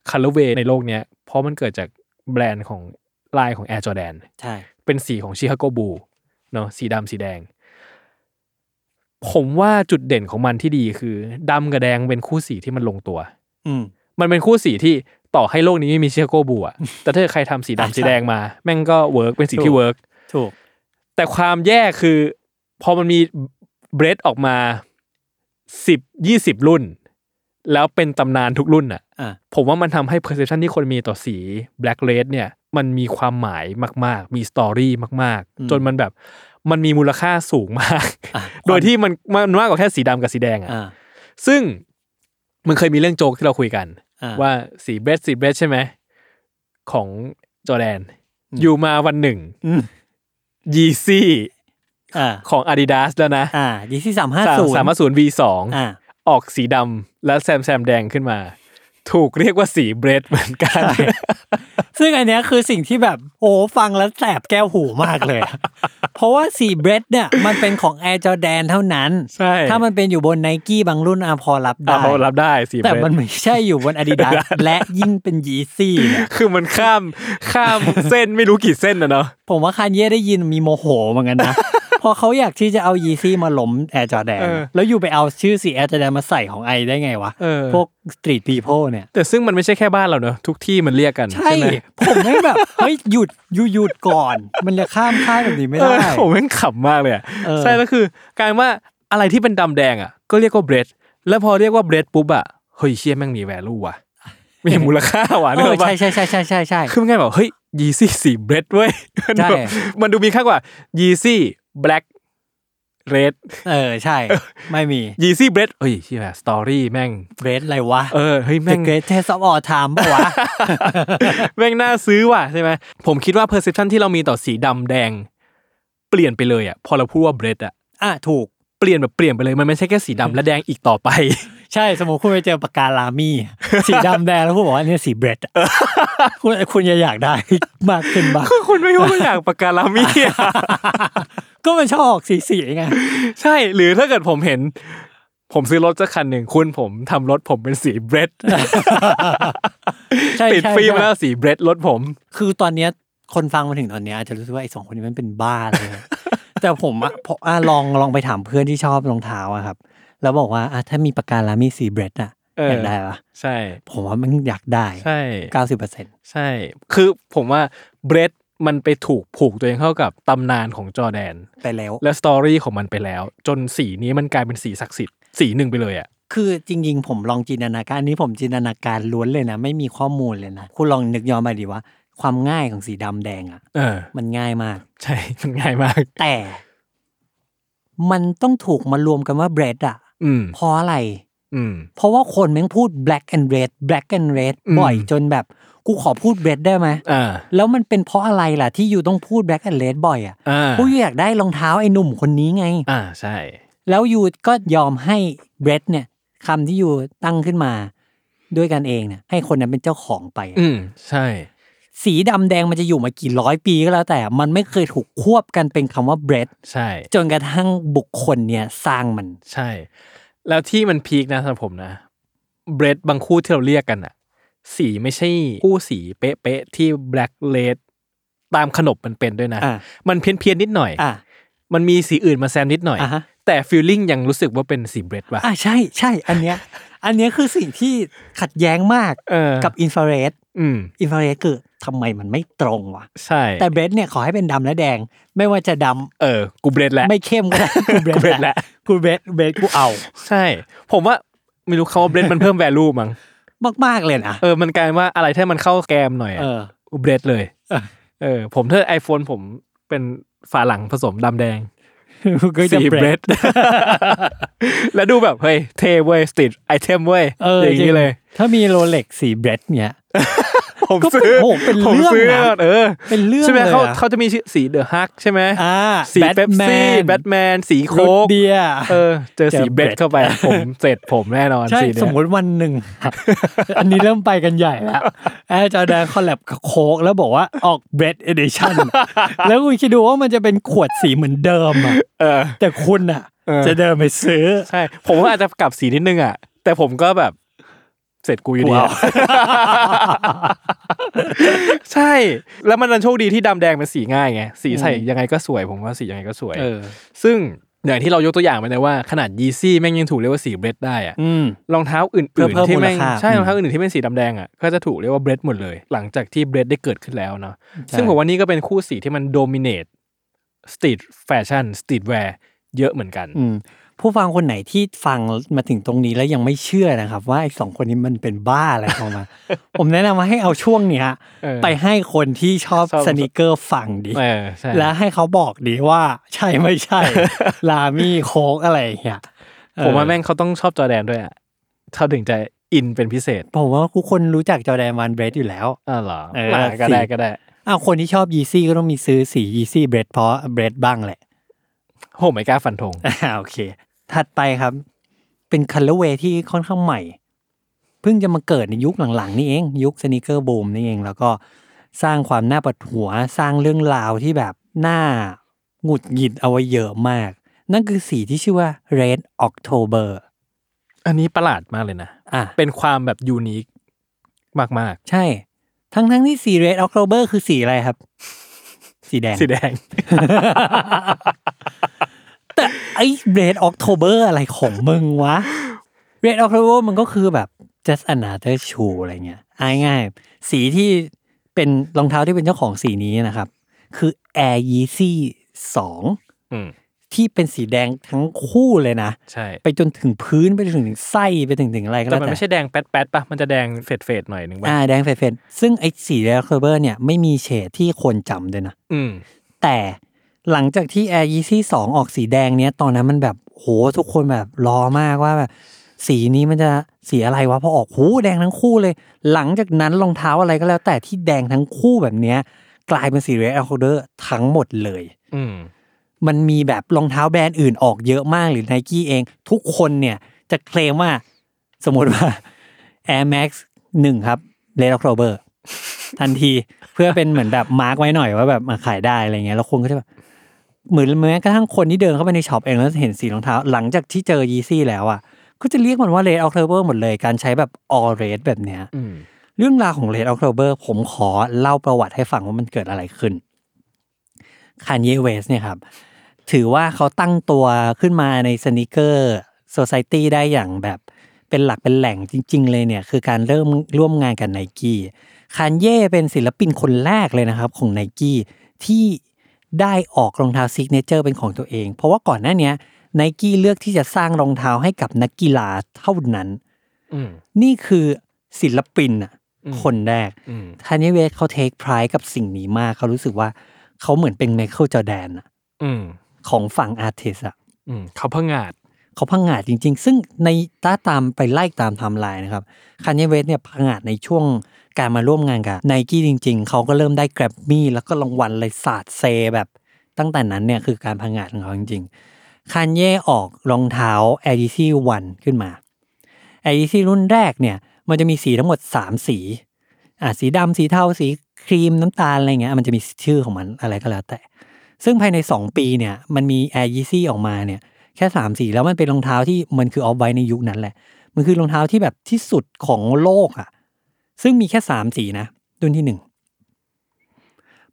S3: ค o ล o r เวในโลกเนี้ย เพราะมันเกิดจากแบรนด์ของลายของ Air Jordan
S2: ใช่
S3: เป็นสีของชิคาโกบูเนาะสีดำสีแดง ผมว่าจุดเด่นของมันที่ดีคือดำกับแดงเป็นคู่สีที่มันลงตัว
S2: อืม
S3: มันเป็นคู่สีที่ต่อให้โลกนี้ไม่มีชิคาโกบูอะแต่ถ้าใครทำสีดำสีแดงมา แม่งก็เวิร์กเป็นสี
S2: ถู
S3: ที่
S2: ก
S3: เวิร์ก
S2: ถูก
S3: แต่ความแย่คือ พอมันมีเบรดออกมาสิบยี่สิบรุ่น แล้วเป็นตำนานทุกรุ่นอะ
S2: อ่ะ
S3: ผมว่ามันทำให้ perception ที่คนมีต่อสี black red เนี่ย มันมีความหมายมาก ๆ มีสตอรี่มาก
S2: อืม
S3: ๆ จนมันแบบมันมีมูลค่าสูงมาก
S2: อ่ะ
S3: *laughs* โดยที่มันมันมากกว่าแค่สีดำกับสีแดงอะ
S2: อ่า
S3: ซึ่งมันเคยมีเรื่องโจ๊กที่เราคุยกัน
S2: อ่า
S3: ว่าสีเบสสีเบสใช่ไหม ของจอร์แดน
S2: อืม
S3: อยู่มาวันหนึ่ง
S2: อืม
S3: ยีซี่
S2: อ่า
S3: ของ Adidas แล้วนะ
S2: อ่าดีที่สามห้า
S3: สาม
S2: ศูนย์
S3: สามศูนย์ V สอง
S2: อ่า
S3: ออกสีดำและแซมแซมแดงขึ้นมา ถูกเรียกว่าสีเบสเหมือนกัน
S2: ใช่ ซึ่งอันเนี้ยคือสิ่งที่แบบโอ้ฟังแล้วแสบแก้วหูมากเลยอะ *laughs* เพราะว่าสีเบรดเนี่ย มันเป็นของแอร์จอแดนเท่านั้น
S3: ใช่
S2: ถ้ามันเป็นอยู่บนไนกี้บางรุ่นอาพอรับได้
S3: อ่ะเขารับได้สีเบ
S2: แต่
S3: ส
S2: มันไม่ใช่อยู่บนอาดิ
S3: *laughs*
S2: ดาส และยิ่งเป็นยีซี่เนี่ย
S3: คือมันข้ามข้ามเส้นไม่รู้กี่เส้นนะเนาะ
S2: ผมว่าคานเย่ได้ยินมีโมโหเหมือนกัน
S3: *laughs*
S2: นะ เพอเขาอยากที่จะเอายีซี่มาหล้มแอร์จอแดนแล้วอยู่ไปเอาชื่อสีแอร์จอแดนมาใส่ของไอได้ไงวะ
S3: เออ
S2: พวกสตรีทพีโพเนี่ย
S3: แต่ซึ่งมันไม่ใช่แค่บ้านเราเนอะทุกที่มันเรียกกัน
S2: ใช่
S3: ใช่ไหม
S2: ผมแม่งแบบ *laughs* เฮ้ย หยุดหยุดหยุดก่อน มันจะข้ามค่ายแบบนี้ไม่
S3: เอ
S2: ได้
S3: อผมแม่งขำมากเลยอะ
S2: เออ
S3: ใช่แล้วคือกลายว่าอะไรที่เป็นดำแดงอ่ะก็เรียกว่าเบรดแล้วพอเรียกว่าเบรดปุ๊บอ่ะเฮ้ยเชี่ยแม่งมีแวลู
S2: *laughs*
S3: ว่ะ มีมูลค่าว่ะ
S2: เอ
S3: เนก
S2: อ
S3: อะปะ
S2: ใช่ใช่ใช่ใช่ใช่ใช่
S3: คือมันไงแบบเฮ้ยยีซี่สีเบรดเว้ยมัน
S2: ใช่
S3: แบบมันดูมีค่ากว่ายีซี่แบล็กเรด
S2: เออ ใช่ ไม่มี
S3: ยีซี่เบรดเฮ้ยเชี่ยสตอรี่แม่ง
S2: เบรดอะไรวะ
S3: เออเฮ้ย
S2: The
S3: แม่ง
S2: Great Taste of All Time ปะวะ *laughs*
S3: *laughs* แม่งน่าซื้อว่ะใช่ไหมผมคิดว่า perception ที่เรามีต่อสีดำแดง เปลี่ยนไปเลยอ่ะพอเราพูดว่าเบรดอ่ะ
S2: อ่ะ ถูก
S3: เปลี่ยนแบบเปลี่ยนไปเลยมันไม่ใช่แค่สีดำและแดงอีกต่อไป
S2: ใช่ สมมติคุณไปเจอปากกาลา
S3: *laughs*
S2: มี่ สีดำแดงแล้วคุณบอกว่าเนี่ยสีเบรดอะคุณคุณจะอยากได้ *laughs* มากขึ้นบ้าง
S3: ก็คุณไม่ว่าอยากปากการามีอะ
S2: ก็มันชอบออกสีสี
S3: *laughs*
S2: ไง
S3: ใช่ หรือถ้าเกิดผมเห็น ผมซื้อรถสักคันหนึ่งคุณผมทำรถผมเป็นสีเบ *laughs* รด
S2: ใช่
S3: ติด
S2: ใช่
S3: ฟิล์ม
S2: ใช่
S3: แล้วสีเบรดรถผม
S2: คือตอนเนี้ยคนฟังมาถึงตอนเนี้ยอาจจะรู้สึกว่าไอ้สองคนนี้มันเป็นบ้าเลย *laughs* แต่ผมอะพออะลองลองไปถามเพื่อนที่ชอบรองเท้าอะครับ แล้วบอกว่าอะถ้ามีปากการามีสีเบรดอะ
S3: เออ
S2: อ
S3: อ
S2: ยากได้ปะ
S3: ใช่
S2: ผมว่ามันอยากได้
S3: ใช่
S2: เก้าสิบเปอร์เซ็นต์
S3: ใช่ คือผมว่าเบรดมันไปถูกผูกตัวเองเข้ากับตำนานของจอร์แดน
S2: ไปแล้ว
S3: และสตอรี่ของมันไปแล้ว จนสีนี้มันกลายเป็นสีศักดิ์สิทธิ์สีหนึ่งไปเลยอ่ะ
S2: คือจริง ๆ ผมลองจินตนาการอันนี้ผมจินตนาการล้วนเลยนะ ไม่มีข้อมูลเลยนะ คุณลองนึกย้อนไปดีว่า ความง่ายของสีดำแดงอะ
S3: เออ
S2: มันง่ายมาก
S3: ใช่ *laughs* มันง่ายมาก
S2: แต่ มันต้องถูกมารวมกันว่าเบรดอะ
S3: อืม
S2: เพราะอะไร
S3: อืม
S2: เพราะว่าคนแม่งพูด black and red black and red
S3: อืม
S2: บ่อยจนแบบกูขอพูด red ได้ไหม
S3: อ่า
S2: แล้วมันเป็นเพราะอะไรล่ะที่อยู่ต้องพูด black and red บ่อยอ่ะ
S3: อ่า
S2: กูอยากได้รองเท้าไอ้หนุ่มคนนี้ไง
S3: อ่าใช่
S2: แล้วอยู่ก็ยอมให้ red เนี่ยคำที่อยู่ตั้งขึ้นมา ด้วยกันเองเนี่ยให้คนนั้นเป็นเจ้าของไปอะ
S3: อืมใช่
S2: สีดำแดงมันจะอยู่มากี่ร้อยปีก็แล้วแต่ มันไม่เคยถูกควบกันเป็นคำว่าเบรด
S3: ใช่
S2: จนกระทั่งบุคคลเนี่ยสร้างมัน
S3: ใช่ แล้วที่มันพีคนะสำหรับผมนะ เบรดบางคู่ที่เราเรียกกันอะสีไม่ใช่คู่สีเป๊ะๆที่แบล็ l เลดตามขนบมันเป็นด้วยนะ
S2: อ่ะ
S3: มันเพี้ยนเพียนๆนิดหน่อย
S2: อ่ะ
S3: มันมีสีอื่นมาแซมนิดหน่อย
S2: อ่ะฮะ
S3: แต่ฟีลลิ่งยังรู้สึกว่าเป็นสีเบรดว่ะ
S2: อ่าใช่ใช่อันเนี้ย อันเนี้ยคือสิ่งที่ขัดแย้งมาก
S3: เออ
S2: กับอินฟราเรด
S3: อืม
S2: อินฟราเรดคือทำไมมันไม่ตรงวะ
S3: ใช่
S2: แต่เบรดเนี่ยขอให้เป็นดำและแดง ไม่ว่าจะดำ
S3: เออ กูเบรดแล้ว
S2: ไม่เข้มก็ได้ *laughs* กูเบร
S3: กูเบร
S2: ด
S3: ด
S2: แห
S3: แห
S2: ละ
S3: ละ
S2: กูเบรดเบรดกูเอา
S3: ใช่ ผมว่าไม่รู้เขาว่าเบรดมันเพิ่มแวลูมั้ง
S2: มากๆเลยนะ
S3: เออมันกลายเป็นว่าอะไรที่มันเข้าแกมหน่อยอะ
S2: เอ *laughs* อ
S3: กูเบรดเลย
S2: เออ
S3: เออ ผมถ้า iPhone ผมเป็นฝาหลังผสมดำแดง
S2: ก็จะ
S3: สี
S2: เบ
S3: เบ
S2: ร
S3: ร
S2: ด *laughs*
S3: ด แล้วดูแบบ เฮ้ย เทเว้ยสติดไอเทมเว้ย
S2: เออ
S3: อ
S2: อย่าง
S3: นี้เลย
S2: ถ้ามีโรเล็กสีเบรดเนี่ย
S3: ผม
S2: ก็เป็น
S3: ซื้อ
S2: โอ้โหเป็น
S3: ผม
S2: เรื่อง
S3: ซื้อ
S2: นะ
S3: เออ
S2: เป็นเรื่อง
S3: ใช่ไหม
S2: เลย
S3: เขา
S2: อะ
S3: เขาจะมีชื่อสีเดอะฮักใช่ไหม
S2: อ่า
S3: สีเป๊ปซี่แบทแมน สีโค้ก
S2: เดีย
S3: เออ เจอ
S2: เจอ
S3: สีเบรด
S2: Brad
S3: เข้าไป ผมเสร็จผมแน่นอน
S2: ใช่
S3: สีเนี้ย
S2: สมมติวันหนึ่ง *laughs* อันนี้เริ่มไปกันใหญ่แล้วแอร์จอร์แดนคอลแลบกับโค้กแล้วบอกว่าออกเบรดเอดิชั่
S3: *laughs*
S2: น แล้วคุณคิดดูว่ามันจะเป็นขวดสีเหมือนเดิมอะ
S3: เออ
S2: แต่คุณอะ
S3: เออ
S2: จะเดินไปซื้อ
S3: ใช่ ผมว่าอาจจะกลับสีนิดนึงอ่ะ แต่ผมก็แบบเสร็จกูอยู่ดี
S2: กูเอา
S3: อะ *laughs* ใช่ แล้วมันดันโชคดีที่ดำแดงเป็นสีง่ายไง สีใส่ยังไงก็สวย ผมว่าสียังไงก็สวย ซึ่งอย่างที่เรายกตัวอย่างไปนะว่าขนาดยีซี่แม่งยังถูกเรียกว่าสีเบรดได้อะ
S2: อืม
S3: รองเท้าอ
S2: เพื่อื่
S3: น
S2: เพิ่ม
S3: ๆที่แม่ง
S2: มูลค่า
S3: ใช่
S2: อืม
S3: รองเท้าอื่นๆที่เป็นสีดำแดงอ่ะก็จะถูกเรียกว่าเบรดหมดเลย หลังจากที่เบรดได้เกิดขึ้นแล้วเนาะ
S2: ใช่
S3: ซึ่งผมว่านี่ก็เป็นคู่สีที่มันโดมิเนตสตรีทแฟชั่นสตรีทแวร์เยอะเหมือนกัน
S2: อืมผู้ฟังคนไหนที่ฟังมาถึงตรงนี้แล้วยังไม่เชื่อนะครับ ว่าไอ้สองคนนี้มันเป็นบ้าอะไรของ
S3: *laughs*
S2: มา ผมแนะนำว่าให้เอาช่วงเนี้ย
S3: เออ
S2: ไปให้คนที่ชอบ
S3: ชอบ
S2: สนิเกอร์ฟังดี
S3: เออใช่
S2: แล้วให้เขาบอกดีว่าใช่ไม่
S3: *laughs*
S2: ใช่ ลามี่โค้กอะไรอย่างเงี้ยเออ
S3: ผมว่าแม่งเขาต้องชอบจอร์แดนด้วยอ่ะเขาถึงจะอินเป็นพิเศษ
S2: ผมว่าทุกคนรู้จักจอร์แดนวานเบรดอยู่แล้ว
S3: อ่าวเหรอ
S2: เออ
S3: อ่ะก็ได้
S2: สี
S3: ก็ได้
S2: อ้าวคนที่ชอบยีซี่ก็ต้องมีซื้อสียีซี่เบรดเพราะเบรดบ้างแหละ
S3: ผมไม่กล้าฟันธง
S2: *laughs* อ่าโอเค ถัดไปครับ เป็นคัลเลอร์เวย์ที่ค่อนข้างใหม่ เพิ่งจะมาเกิดในยุคหลังๆ นี่เอง ยุคสนิเกอร์บูมนี่เอง แล้วก็สร้างความน่าปวดหัว สร้างเรื่องราวที่แบบน่าหงุดหงิดเอาไว้เยอะมาก นั่นคือสีที่ชื่อว่า Red October
S3: อันนี้ประหลาดมากเลยนะ
S2: อ่ะ
S3: เป็นความแบบยูนิคมาก
S2: ใช่ ทั้งทั้งๆที่สี Red October คือสีอะไรครับ สีแดง
S3: ๆ สีแด
S2: *laughs*
S3: ง
S2: แต่ไอ้ Red October อะไรของมึงวะ Red October มันก็คือแบบ just another shoe อะไรเงี้ยอ่ะง่ายๆสีที่เป็นรองเท้าที่เป็นเจ้าของสีนี้นะครับ คือ Air Yeezy 2
S3: อืม
S2: ที่เป็นสีแดงทั้งคู่เลยนะ
S3: ใช่
S2: ไปจนถึงพื้นไปจนถึงไส้ไปถึงถึงอะไรก็
S3: แต่
S2: แล้ว
S3: มัน
S2: แต่
S3: ไม่ใช่แดงแป๊ดแป๊ดปะมันจะแดงเฟดเฟดๆหน่อยหนึ่งป่ะ
S2: อ่าแดงเฟดๆซึ่งไอ้สี Red October เนี่ยไม่มีเฉดที่คนจำด้วยนะ
S3: อืม
S2: แต่หลังจากที่ Air Yeezy 2 ออกสีแดงเนี้ย ตอนนั้นมันแบบโหทุกคนแบบรอมากว่าแบบสีนี้มันจะสีอะไรวะพอออกหูแดงทั้งคู่เลย หลังจากนั้นรองเท้าอะไรก็แล้ว แต่ที่แดงทั้งคู่แบบเนี้ย กลายเป็นสีเรดแอลคอเดอร์ทั้งหมดเลย
S3: อืม
S2: มันมีแบบรองเท้าแบรนด์อื่นออกเยอะมากหรือไนกี้เอง ทุกคนเนี่ยจะเคลมว่าสมมติว่า *laughs* Air Max 1 ครับ Red October ทันทีเพื่อเป็นเหมือนแบบมาร์กไว้หน่อยว่าแบบมาขายได้อะไรเงี้ยแล้วคนก็จะแบบเหมือนแม้กระทั่งคนที่เดินเข้าไปในช็อปเองแล้วเห็นสีรองเท้า หลังจากที่เจอยีซี่แล้วอ่ะก็จะเรียกมันว่า Red October หมดเลยการใช้แบบ all red แบบเนี้ย
S3: อืม
S2: เรื่องราวของ Red October ผมขอเล่าประวัติให้ฟังว่ามันเกิดอะไรขึ้นคานเยเวสเนี่ยครับ ถือว่าเขาตั้งตัวขึ้นมาในสนิเกอร์ o c i ตี้ได้อย่างแบบเป็นหลักเป็นแหล่งจริง ๆ เลยเนี่ย คือการเริ่มร่วมงานกับไนกี้คานเย่เป็นศิลปินคนแรกเลยนะครับของไนกี้ที่ได้ออกรองเท้าซิกเนเจอร์เป็นของตัวเอง เพราะว่าก่อนหน้าเนี้ไนกี้เลือกที่จะสร้างรองเท้าให้กับนักกีฬาเท่านั้น
S3: อืม
S2: นี่คือศิลปินอะ
S3: อืม
S2: คนแรก
S3: อืม
S2: ทานยเวสเขาเทคไพร d e กับสิ่งนี้มาก เขารู้สึกว่าเขาเหมือนเป็นไมเคิลจอร์แดนอะ
S3: อืม
S2: ของฝั่งอาร์ติสอะ
S3: อืม เขาพังงาด
S2: เขาพังงาดจริง ๆ ซึ่งในต้าตามไปไล่ตามไทม์ไลน์นะครับคานยเวสเนี่ยพังงาดในช่วงการมาร่วมงานกับไนกี้จริง ๆ เขาก็เริ่มได้แกรมมี่แล้วก็รางวัลเลยสาดเซแบบตั้งแต่นั้นเนี่ยคือการพังงาดของเขาจริงๆคานเย่ออกรองเท้า Air Yeezy 1ขึ้นมา Air Yeezy รุ่นแรกเนี่ยมันจะมีสีทั้งหมดสามสี อ่ะสีดำสีเทาสี ครีมน้ำตาลอะไรเงี้ยมันจะมีชื่อของมันอะไรก็แล้วแต่ ซึ่งภายใน 2 ปีเนี่ยมันมี Air Yeezy ออกมาเนี่ยแค่3ามสี่แล้วมันเป็นรองเท้าที่มันคือออฟไว้ในยุคนั้นแหละ มันคือรองเท้าที่แบบที่สุดของโลกอะ่ะ ซึ่งมีแค่สามสีนะ รุ่นที่หนึ่ง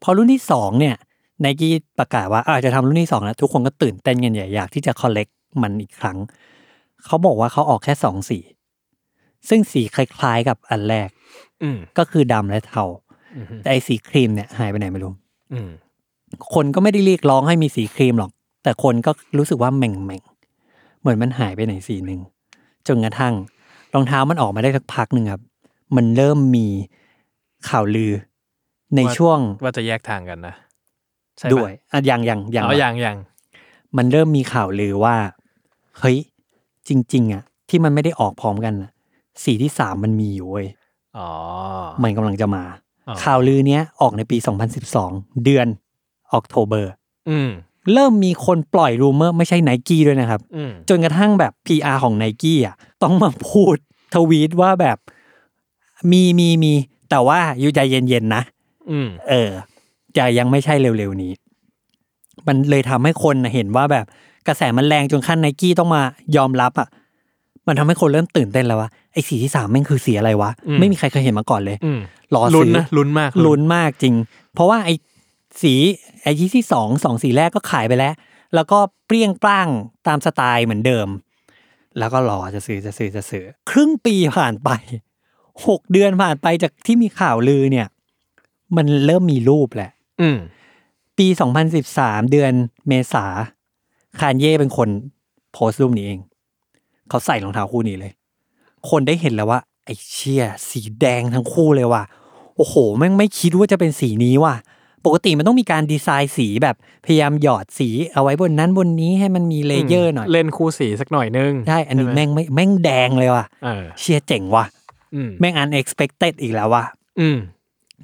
S2: พอรุ่นที่สองเนี่ยไนกี้ประกาศว่าอาจจะทำรุ่นที่สองแล้ว ทุกคนก็ตื่นเต้นกันใหญ่อยากที่จะคอลเลกมันอีกครั้ง เขาบอกว่าเขาออกแค่สองสี ซึ่งสีคล้ายๆกับอันแรก
S3: อืม
S2: ก็คือดำและเทา
S3: อืม
S2: แต่ไอสีครีมเนี่ยหายไปไหนไม่รู้
S3: อืม
S2: คนก็ไม่ได้เรียกร้องให้มีสีครีมหรอก แต่คนก็รู้สึกว่าแหม่งแม่งๆเหมือนมันหายไปไหนสีหนึ่งจนกระทั่งรองเท้ามันออกมาได้สักพักหนึ่งครับ มันเริ่มมีข่าวลือในช่วง
S3: ว่าจะแยกทางกันนะใช่ปะ
S2: ด้วยอ่ะอย่างอย่างอย่าง
S3: อ๋ออย่างอย่าง
S2: มันเริ่มมีข่าวลือว่า เฮ้ย จริง ๆ อ่ะ ที่มันไม่ได้ออกพร้อมกันน่ะสีที่สามมันมีอยู่เว้ย
S3: อ๋อ
S2: มันกำลังจะมา
S3: อ๋อ
S2: ข่าวลือเนี้ยออกในปี 2012 เดือนออกโทเบอร์
S3: อืม
S2: เริ่มมีคนปล่อยรูมเมอร์ไม่ใช่ไนกี้ด้วยนะครับ
S3: อืม
S2: จนกระทั่งแบบ PR ของไนกี้อ่ะต้องมาพูดทวีตว่าแบบมีมีมีแต่ว่าอยู่ใจเย็นๆนะ
S3: อืม
S2: เออจะยังไม่ใช่เร็วๆนี้ มันเลยทำให้คนเห็นว่าแบบกระแสมันแรงจนขั้นไนกี้ต้องมายอมรับอ่ะมันทำให้คนเริ่มตื่นเต้นแล้วว่าไอ้สีที่สามแม่งคือสีอะไรวะ ไม่มีใครเคยเห็นมาก่อนเลย
S3: อืม
S2: รอ
S3: ลุ้น
S2: ซื้อ
S3: นะลุ้นมาก
S2: ลุ้นมากจริง เพราะว่าไอ้สีไอ้ยี่ที่สองสองสีแรกก็ขายไปแล้ว แล้วก็เปรี้ยงปร้างตามสไตล์เหมือนเดิม แล้วก็รอจะซื้อจะซื้อจะซื้อ ครึ่งปีผ่านไป หกเดือนผ่านไปจากที่มีข่าวลือเนี่ย มันเริ่มมีรูปแหละ
S3: อืม
S2: ปี 2013 เดือนเมษาคานเย่เป็นคนโพสต์รูปนี้เอง เขาใส่รองเท้าคู่นี้เลย คนได้เห็นแล้วว่า ไอ้เชี่ยสีแดงทั้งคู่เลยว่ะ โอ้โห แม่งไม่คิดว่าจะเป็นสีนี้ว่ะ ปกติมันต้องมีการดีไซน์สีแบบพยายามหยอดสีเอาไว้บนนั้นบนนี้ให้มันมีเลเยอร์หน่อย
S3: เล่นคู่สีสักหน่อยนึง
S2: ได้อันนี้
S3: ใช่ไห
S2: แม่งไม่แม่งแดงเลยว่ะ
S3: เออ
S2: เชี่ยเจ๋งว่ะ
S3: อืม
S2: แม่ง unexpected อีกแล้วว่ะ
S3: อืม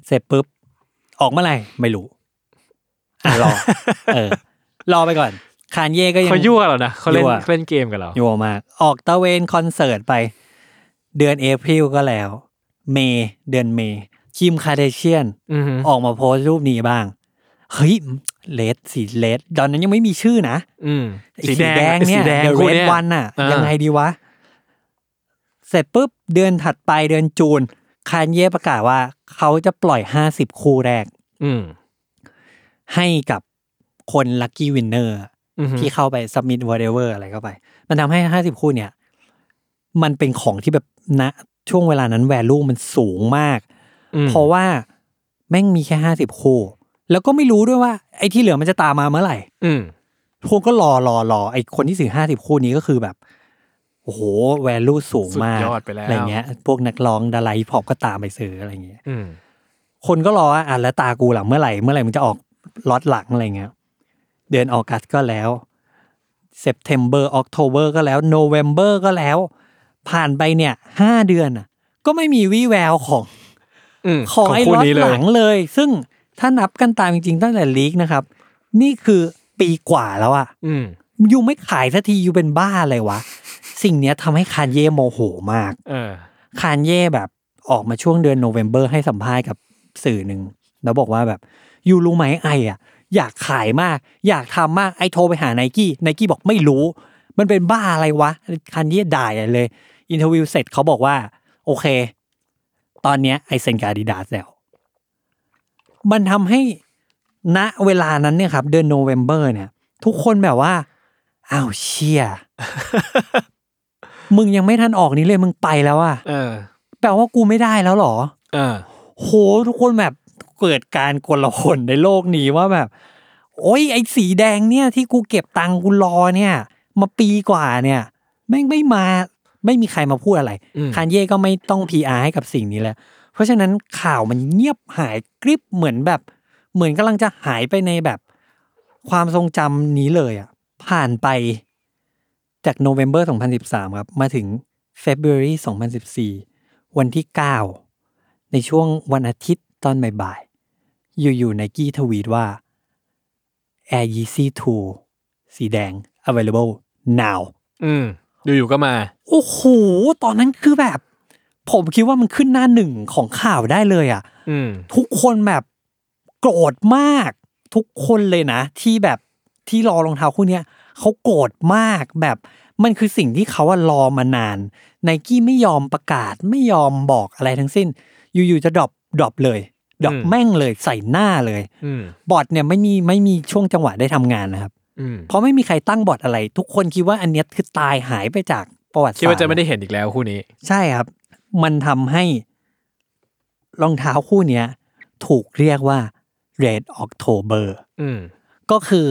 S2: เสร็จปุ๊บ ออกเมื่อไหร่ไม่รู้อ่ะรอ เออ รอไปก่อน คานเย่ก็ยัง
S3: เขายั่วเรานะเขาเล่น
S2: ยั่ว
S3: เล่นเกมกับเรา
S2: ยั่วมาก ออกตะเวนคอนเสิร์ตไป เดือนเอพริลก็แล้ว เมย์เดือนเมย์คิมคาเดเชียน
S3: อืม
S2: ออกมาโพสต์รูปนี้บ้าง เฮ้ยเลดสีเลดตอนนั้นยังไม่มีชื่อนะ
S3: อืม
S2: ไอ้เนี่ย
S3: สีแดง
S2: เดอะ
S3: คู่
S2: เรด
S3: เย
S2: วันน่ะ
S3: อ่ายั
S2: ยังไงดีวะ เสร็จปุ๊บ เดือนถัดไปเดือนจูน คานเย่ประกาศว่า เขาจะปล่อยห้าสิบคู่แรก
S3: อืม
S2: ให้กับคนลั c กี้วินเนอร์
S3: อืม
S2: ที่เข้าไป submit whatever อะไรเข้าไป มันทำให้ 50 คู่เนี่ย มันเป็นของที่แบบณช่วงเวลานั้นแวลูมันสูงมาก
S3: อืม
S2: เพราะว่าแม่งมีแค่ 50 คู่ แล้วก็ไม่รู้ด้วยว่า ไอ้ที่เหลือมันจะตามมาเมื่อไหร่
S3: อืม
S2: ทุกคนก็รอรอรอไอ้คนที่สื่อ 50 คู่นี้ก็คือแบบโอ้โหแวลูสูงมาก
S3: สุดยอดไปแล้ว
S2: ไรเงี้ย พวกนักร้องดาราฮิปฮอปก็ตามไปซื้ออะไรเงี้ย
S3: อืม
S2: คนก็รอว่าอ่ะแล้วตากูหลังเมื่อไหร่เมื่อไหร่มันจะออกล็อตหลังอะไรเงี้ยเดือนออกัสก็แล้วเซปเทมเบอร์ออกโทเบอร์ก็แล้วโนเวมเบอร์ก็แล้ว ผ่านไปเนี่ยห้าเดือนอ่ะ ก็ไม่มีวี่แววของ
S3: อืม
S2: ของไอ้
S3: คู่
S2: ล็อต
S3: นี้เล
S2: ห
S3: ย
S2: ลังเลย ซึ่งถ้านับกันตามจริงๆ ตั้งแต่ลีกนะครับ นี่คือปีกว่าแล้วอะ
S3: อืม
S2: ยูไม่ขายสักทียูเป็นบ้าอะไรวะ สิ่งเนี้ยทำให้คานเย่โมโหมาก
S3: เออ *laughs*
S2: คานเย่แบบออกมาช่วงเดือนโนเวม ber ให้สัมภาษณ์กับสื่อหนึ่ง แล้วบอกว่าแบบยูรู้ไหมไออ่ะ อยากขายมาก อยากทำมากไอโทรไปหาไนกี้ไนกี้บอกไม่รู้ มันเป็นบ้าอะไรวะคานเย่ด่าใหญ่เลย อินเทอร์วิวเสร็จเขาบอกว่า โอเค ตอนเนี้ยไอเซนกาดิดาสแล้ว มันทำให้ณเวลานั้นเนี่ยครับ เดือนโนเวม ber เนี่ย ทุกคนแบบว่าอ้าวเชี่ย มึงยังไม่ทันออกนี้เลยมึงไปแล้วอะ
S3: เออ
S2: แปลว่ากูไม่ได้แล้วเหรอ
S3: เออ
S2: โห ทุกคนแบบเกิดการกลหนในโลกนี้ว่าแบบ โอ้ยไอ้สีแดงเนี่ยที่กูเก็บตังค์กูรอเนี่ย มาปีกว่าเนี่ยแม่งไม่มาไม่มีใครมาพูดอะไร
S3: อืม
S2: คานเย่ก็ไม่ต้อง PR ให้กับสิ่งนี้แล้ว เพราะฉะนั้นข่าวมันเงียบหายกริบเหมือนแบบ เหมือนกำลังจะหายไปในแบบความทรงจำนี้เลยอะผ่านไปจากโนเวม ber 2013 ครับ มาถึง February 2014 วันที่ 9 ในช่วงวันอาทิตย์ตอนบ่ายๆ อยู่ๆไนกี้ทวีตว่า Air Yeezy 2 สีแดง available now
S3: อืมอยู่ๆก็มา
S2: โอ้โห ตอนนั้นคือแบบ ผมคิดว่ามันขึ้นหน้าหนึ่งของข่าวได้เลยอ่ะ
S3: อืม
S2: ทุกคนแบบโกรธมาก ทุกคนเลยนะ ที่แบบที่รอรองเท้าคู่เนี้ยเขาโกรธมากแบบมันคือสิ่งที่เขาอะรอมานานไนกี้ไม่ยอมประกาศไม่ยอมบอกอะไรทั้งสิ้น อยู่ๆจะดรอปดรอปเลยดรอป
S3: อืม
S2: แม่งเลยใส่หน้าเลย
S3: อืม
S2: บอทเนี่ยไม่มีไม่มีช่วงจังหวะได้ทำงานนะครับ
S3: อืม
S2: เพราะไม่มีใครตั้งบอทอะไร ทุกคนคิดว่าอันเนี้ยคือตายหายไปจากประวัติศาสตร์
S3: คิดว่าจะไม่ได้เห็นอีกแล้วคู่นี้
S2: ใช่ครับ มันทำให้รองเท้าคู่เนี้ย ถูกเรียกว่า Red October
S3: อืม
S2: ก็คือ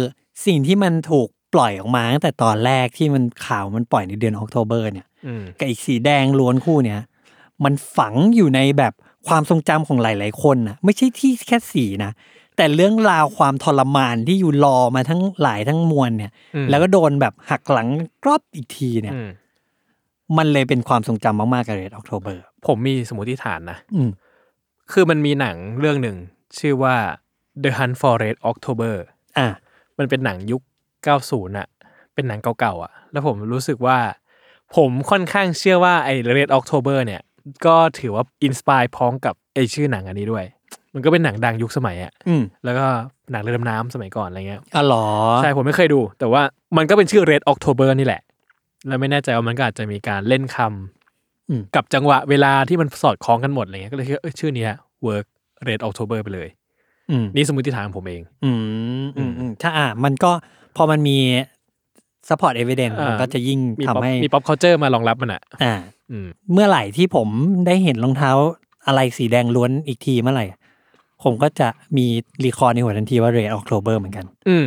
S2: สิ่งที่มันถูกปล่อยออกมาตั้งแต่ตอนแรกที่มันข่าวมันปล่อยในเดือน October เนี่ย
S3: อืม
S2: กับอีกสีแดงล้วนคู่เนี้ย มันฝังอยู่ในแบบความทรงจำของหลาย ๆ คนนะไม่ใช่ที่แค่สีนะ แต่เรื่องราวความทรมานที่อยู่รอมาทั้งหลายทั้งมวลเนี่ย
S3: อืม
S2: แล้วก็โดนแบบหักหลังกรอบอีกทีเนี่ย
S3: อืม
S2: มันเลยเป็นความทรงจำมาก ๆ กับ Red October
S3: ผมมีสมมติฐานนะ
S2: อืม
S3: คือมันมีหนังเรื่องหนึ่ง ชื่อว่า The Hunt for Red October
S2: อ่ะ
S3: มันเป็นหนังยุค 90น่ะ เป็นหนังเก่าๆอ่ะ แล้วผมรู้สึกว่า ผมค่อนข้างเชื่อว่าไอ้ Red October เนี่ย ก็ถือว่าอินสปายพ้องกับไอ้ชื่อหนังอันนี้ด้วย มันก็เป็นหนังดังยุคสมัยอ่ะ
S2: อืม
S3: แล้วก็หนังเรือดำน้ำสมัยก่อนอะไรเงี้ย
S2: อ๋อเหรอ
S3: ใช่ ผมไม่เคยดู แต่ว่ามันก็เป็นชื่อ Red October นี่แหละ แล้วไม่แน่ใจว่ามันก็อาจจะมีการเล่นคำ
S2: อืม
S3: กับจังหวะเวลาที่มันสอดคล้องกันหมดอะไรเงี้ย ก็เลยคิดว่าเอ้ยชื่อเนี้ย work Red October ไปเลย
S2: อืม
S3: นี่สมมติฐานของผมเอง
S2: อืมอืมอืมถ้าอ่ะมันก็พอมันมี support evidence
S3: อ่ามั
S2: มันก็จะยิ่ง
S3: มี
S2: ทำ
S3: ป๊อป
S2: ให้
S3: มีป๊อปเคาเจอร์มารองรับมันอ่ะ
S2: อ่า
S3: อืม
S2: เมื่อไหร่ที่ผมได้เห็นรองเท้าอะไรสีแดงล้วนอีกทีเมื่อไหร่ ผมก็จะมีรีคอร์ในหัวทันทีว่า Red October เหมือนกัน
S3: อืม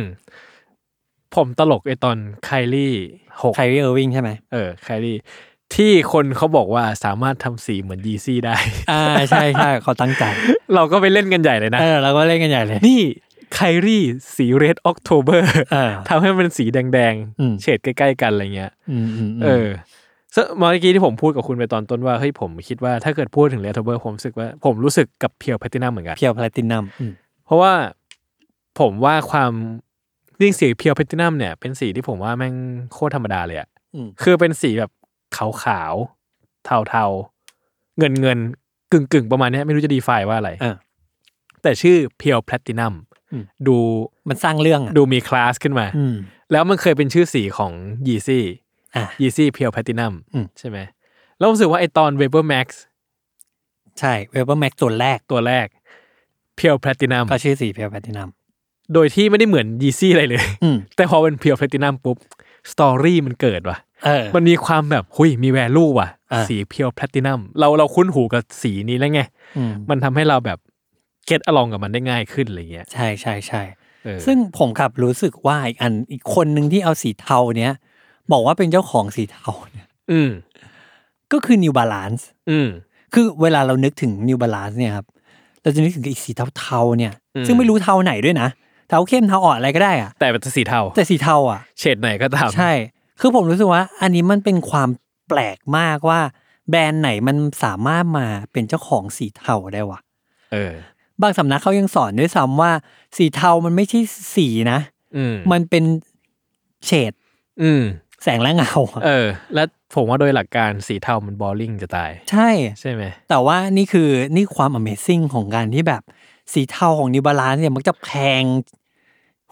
S3: ผมตลกไอตอนไคลี่หก
S2: ไคลรี i เออร์วิงใช่ไหม
S3: เออไคลี่ที่คนเขาบอกว่าสามารถทำสีเหมือนยีซี่ได้ *laughs*
S2: อ่า ใช่ใช่ *laughs* เขาตั้งใจ
S3: เราก็ไปเล่นกันใหญ่เลยนะ
S2: เออเราก็เล่นกันใหญ่เลย
S3: นี่ไคลี่สีเรดออกโทเบอร์
S2: เออ
S3: ทำให้มันสีแดง
S2: อืม
S3: ๆ เฉดใกล้ ๆ กันอะไรเงี้ย
S2: อืมอืม
S3: เออซึ่งเมื่อกี้ที่ผมพูดกับคุณไปตอนต้นว่าเฮ้ยผมคิดว่าถ้าเกิดพูดถึงเรดออกโทเบอร์ผมรู้สึกว่าผมรู้สึกกับเพียวแพตินัมเหมือนกัน
S2: เพียวพลาตินัมอืม
S3: เพราะว่าผมว่าความยิ่งสีเพียวแพตินัมเนี่ย เป็นสีที่ผมว่าแม่งโคตรธรรมดาเลยอะ
S2: อืม
S3: คือเป็นสีแบบขาวขาวๆเทาๆ เงินเงินกึ่งกึ่งๆ ประมาณเนี้ยไม่รู้จะดีไฟว่าอะไร
S2: อ่า
S3: แต่ชื่อเพียวแพลตินัม
S2: อืม
S3: ดู
S2: มันสร้างเรื่องอ่ะ
S3: ดูมีคลาสขึ้นมา
S2: อืม
S3: แล้วมันเคยเป็นชื่อสีของยีซี่
S2: อ่ะ
S3: ยีซี่เพียวแพลตินัม
S2: อืม
S3: ใช่ไหมแล้วรู้สึกว่าไอตอนเวเบอร์แม็กซ์
S2: ใช่เวเบอร์แม็กตัวแรก
S3: ตัวแรกเพียวแพลตินัม
S2: ก็ชื่อสีเพียวพลาตินัม
S3: โดยที่ไม่ได้เหมือนยีซี่อะไรเลย *laughs*
S2: อืม
S3: แต่พอเป็นเพียวแพลตินัมปุ๊บสตอรี่มันเกิดว่ะ
S2: เออ
S3: มันมีความแบบหุยมีแวลูว่ะ
S2: อ่า
S3: สีเพียวแพลตินัมเราเราคุ้นหูกับสีนี้แล้วไง
S2: อืม
S3: มันทำให้เราแบบเก็ตอลองกับมันได้ง่ายขึ้นอะไรเงี้ย
S2: ใช่ใช่ใช่
S3: เออ
S2: ซึ่งผมกลับรู้สึกว่าอีกอันอีกคนหนึ่งที่เอาสีเทาเนี้ยบอกว่าเป็นเจ้าของสีเทาเนี่ย
S3: อืม
S2: ก็คือ New Balance
S3: อืม
S2: คือเวลาเรานึกถึง New Balance เนี่ยครับเราจะนึกถึงอีกสีเทาๆเนี่ย
S3: อืม
S2: ซึ่งไม่รู้เทาไหนด้วยนะ เทาเข้มเทาอ่อนอะไรก็ได้อะ
S3: แต่เป็นสีเทา
S2: แต่สีเทาอ่ะ
S3: เฉดไหนก็ตาม
S2: ใช่ คือผมรู้สึกว่า อันนี้มันเป็นความแปลกมากว่า แบรนด์ไหนมันสามารถมาเป็นเจ้าของสีเทาได้วะ
S3: เออบ
S2: างสำนักเขายังสอนด้วยซ้ำว่า สีเทามันไม่ใช่สีนะ
S3: อืม
S2: มันเป็นเฉด
S3: อืม
S2: แสงและเงาอะ
S3: เออ และผมว่าโดยหลักการสีเทามันบอลลิงจะตาย
S2: ใช่
S3: ใช่ไหม
S2: แต่ว่านี่คือนี่ความ Amazing ของการที่แบบ สีเทาของนิวบาลานเนี่ยมันจะแพง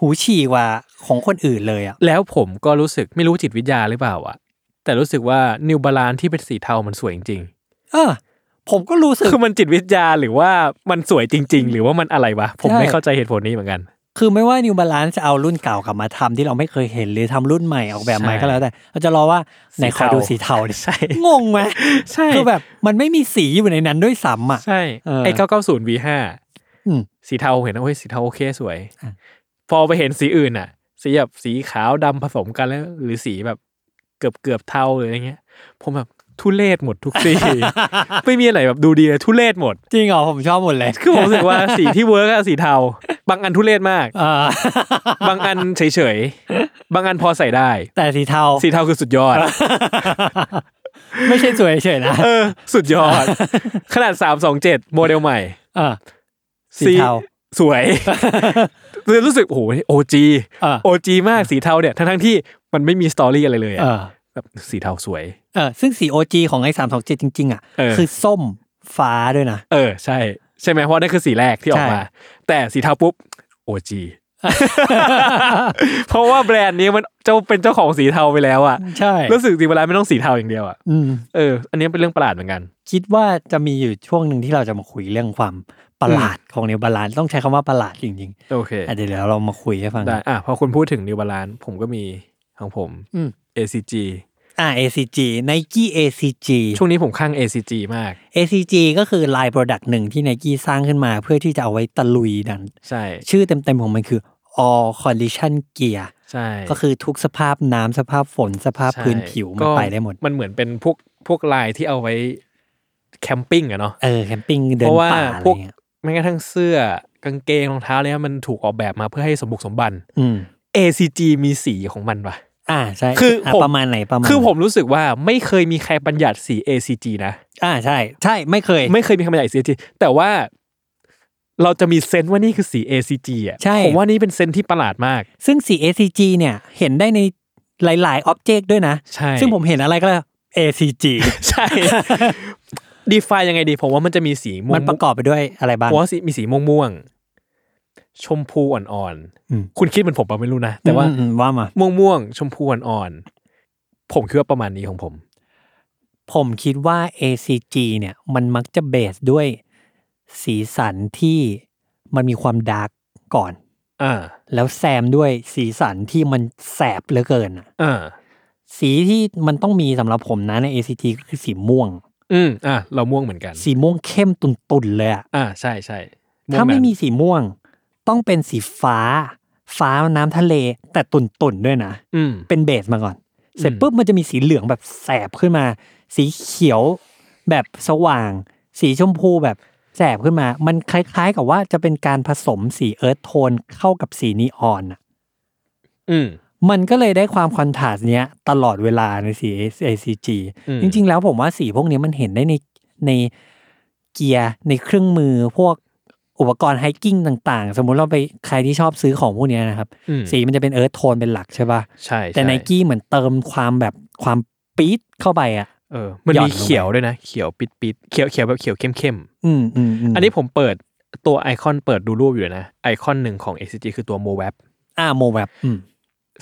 S2: หูฉี่กว่าของคนอื่นเลยอะ
S3: แล้วผมก็รู้สึกไม่รู้จิตวิทยาหรือเปล่าอะแต่รู้สึกว่านิวบาลานที่เป็นสีเทามันสวยจริง
S2: เออ ผมก็รู้สึก
S3: คือมันจิตวิทยาหรือว่ามันสวยจริง ๆ หรือว่ามันอะไรวะผมไม่
S2: ใช่
S3: เข้าใจเหตุผลนี้เหมือนกัน
S2: คือไม่ว่านิวบาลานจะเอารุ่นเก่ากลับมาทำที่เราไม่เคยเห็นหรือทำรุ่นใหม่ออกแบบใหม่
S3: ใช่
S2: ก็แล้วแต่เราจะรอว่าไหนขอดู
S3: สี
S2: สี
S3: เทา
S2: เทาดิ
S3: ใช่
S2: งงไหม
S3: ใช่
S2: คือแบบมันไม่มีสีอยู่ในนั้นด้วยซ้ำอ่ะ
S3: ใช่
S2: เออ
S3: ไอ้เก้าเก้าศูนย์วีห้า
S2: อืม
S3: สีเทาเห็นนะเฮ้ยสีเทาโอเคสวย
S2: อ่ะ
S3: พอไปเห็นสีอื่นอ่ะ สีแบบสีขาวดำผสมกันแล้ว หรือสีแบบเกือบเกือบเทาหรืออะไรเงี้ย ผมแบบทุเลศหมดทุกสี
S2: *laughs*
S3: ไม่มีอะไรแบบดูดีเลยทุเลศหมด
S2: จริงเหรอผมชอบหมดเลย
S3: คือผมรู้สึกว่า สีที่เวิร์กอะสีเทา บางอันทุเรศมาก
S2: อ่า *laughs*
S3: บางอันเฉยๆ บางอันพอใส่ได้
S2: แต่สีเทา
S3: สีเทาคือสุดยอ
S2: *laughs*
S3: ด
S2: ไม่ใช่สวยเฉยนะ
S3: เออ สุดยอ
S2: *laughs*
S3: ด ขนาดสามสองเจ็ดโมเดลใหม่
S2: อ่ะ สีเทา
S3: ส
S2: *laughs*
S3: วย คือรู้สึกโอ้โหโอจี
S2: อ่ะ
S3: โอจีมากสีเทาเนี่ย ทั้งทั้งๆที่มันไม่มีสตอรี่อะไรเลยอะ
S2: เออ
S3: แบบสีเทาสวย
S2: เออซึ่งสีโอจีของไอ้สามสองเจ็ดจริงๆอ่ะ
S3: เออ
S2: คือส้มฟ้าด้วยนะ
S3: เออ ใช่ ใช่ไหมเพราะนั่นคือสีแรกที่ออกมา
S2: ใช่
S3: แต่สีเทาปุ๊บโอ
S2: *laughs*
S3: จี เพราะว่าแบรนด์นี้มันเจ้าเป็นเจ้าของสีเทาไปแล้วอะ
S2: ใช่
S3: รู้สึกสีเวลาไม่ต้องสีเทาอย่างเดียวอะ
S2: อืม
S3: เอออันนี้เป็นเรื่องประหลาดเหมือนกัน
S2: คิดว่าจะมีอยู่ช่วงหนึ่งที่เราจะมาคุยเรื่องความประหลาดของนิวบาลานต้องใช้คำว่าประหลาดจริง
S3: โอเค
S2: ๆอ่ะเดี๋ยวเดี๋ยวเรามาคุยให้ฟัง
S3: ได้อ่ะพอคุณพูดถึงนิวบาลานผมก็มีของผม
S2: อืม
S3: ACG
S2: อ่า ACG Nike ACG
S3: ช่วงนี้ผมข้าง ACG มาก
S2: ACG ก็คือไลน์โปรดักต์หนึ่งที่ Nike สร้างขึ้นมาเพื่อที่จะเอาไว้ตะลุยดัน
S3: ใช่
S2: ชื่อเต็มๆของมันคือ All Condition Gear
S3: ใช่
S2: ก็คือทุกสภาพน้ำสภาพฝนสภาพ
S3: ใช่
S2: พื้นผิวมัน
S3: ก็
S2: ไปได้หมด
S3: มันเหมือนเป็นพวกพวกลายที่เอาไว้แคมปิ้งอะเนาะ
S2: เออ แคมปิ้งเดิน
S3: เพราะว่า
S2: ป่าอะไร
S3: พวก
S2: เงี้ย
S3: ไม่กระทั่งเสื้อกางเกงรองเท้าเนี่ยมันถูกออกแบบมาเพื่อให้สมบุกสมบัน
S2: อืม
S3: ACG มีสีของมันปะ
S2: อ่าใช่
S3: คือ
S2: อ่ะ
S3: ผม
S2: ประมาณไหนประมาณ
S3: คือ
S2: ไหน
S3: ผมรู้สึกว่าไม่เคยมีใครบัญญัติสี ACG นะ
S2: อ่าใช่ ใช่ไม่เคย
S3: ไม่เคยมีใครบัญญัติสี ACG แต่ว่าเราจะมีเซนส์ว่านี่คือสี ACG อ่ะ
S2: ใช่
S3: ผมว่านี่เป็นเซนส์ที่ประหลาดมาก
S2: ซึ่งสี ACG เนี่ย เห็นได้ในหลายๆอ็อบเจกต์ด้วยนะ
S3: ใช่
S2: ซึ่งผมเห็นอะไรก็
S3: *laughs*
S2: ACG
S3: ใช่
S2: *laughs*
S3: ดีไฟยังไงดี ผมว่ามันจะมีสีม่วง
S2: มันประกอบไปด้วยอะไรบ้าง
S3: ผมว่าสีมีสีม่วงม่วงๆชมพูอ่อน
S2: อืม
S3: ๆคุณคิดเหมือนผมปะไม่รู้นะแต่ว่า
S2: อืมอืมว่ามา
S3: ม่วงม่วงๆชมพูอ่อนๆผมคิดว่าประมาณนี้ของผม
S2: ผมคิดว่า ACG เนี่ย มันมักจะเบสด้วยสีสันที่มันมีความดาร์กก่อน
S3: อ่า
S2: แล้วแซมด้วยสีสันที่มันแสบเหลือเกินอะ
S3: อ่า
S2: สีที่มันต้องมีสำหรับผมนะใน ACT ก็คือสีม่วง
S3: อืมอ่าเราม่วงเหมือนกัน
S2: สีม่วงเข้มตุนๆเลยอะ
S3: อ่า ใช่ใช่วงนั้น
S2: ถ้าไม่มีสีม่วง ต้องเป็นสีฟ้า ฟ้าน้ำทะเล แต่ตุนๆด้วยนะ
S3: อืม
S2: เป็นเบสมาก่อน เสร็จ
S3: อืม
S2: ปุ๊บมันจะมีสีเหลืองแบบแสบขึ้นมา สีเขียวแบบสว่าง สีชมพูแบบแสบขึ้นมา มันคล้ายๆกับว่าจะเป็นการผสมสีเอิร์ธโทนเข้ากับสีนีออนอะ
S3: อืม
S2: มันก็เลยได้ความคอนทราสต์เนี้ยตลอดเวลาในสี ACG
S3: อืม
S2: จริง ๆ แล้วผมว่าสีพวกนี้มันเห็นได้ในในเกียร์ในเครื่องมือพวกอุปกรณ์ไฮกิ้งต่างๆ สมมุติเราไปใครที่ชอบซื้อของพวกเนี้ยนะครับ
S3: อืม
S2: สีมันจะเป็นเอิร์ธโทนเป็นหลักใช่ปะ่ะ
S3: ใช่
S2: แต่
S3: ใช่
S2: ไนกี้เหมือนเติมความแบบความปี๊ดเข้าไปอ่ะ
S3: เออ มัน
S2: หย่อน
S3: มี
S2: ลงไป
S3: เขียวด้วยนะ เขียวปิดปิดๆเขียวเขียวแบบเขียวเข้มเข้ม
S2: อืมอืม
S3: ๆ
S2: อั
S3: อันนี้ผมเปิดตัวไอคอนเปิดดูรูปอยู่เลยนะ ไอคอนหนึ่งของ a c g คือตัวโมแวบ
S2: อ่าโมแบบอืม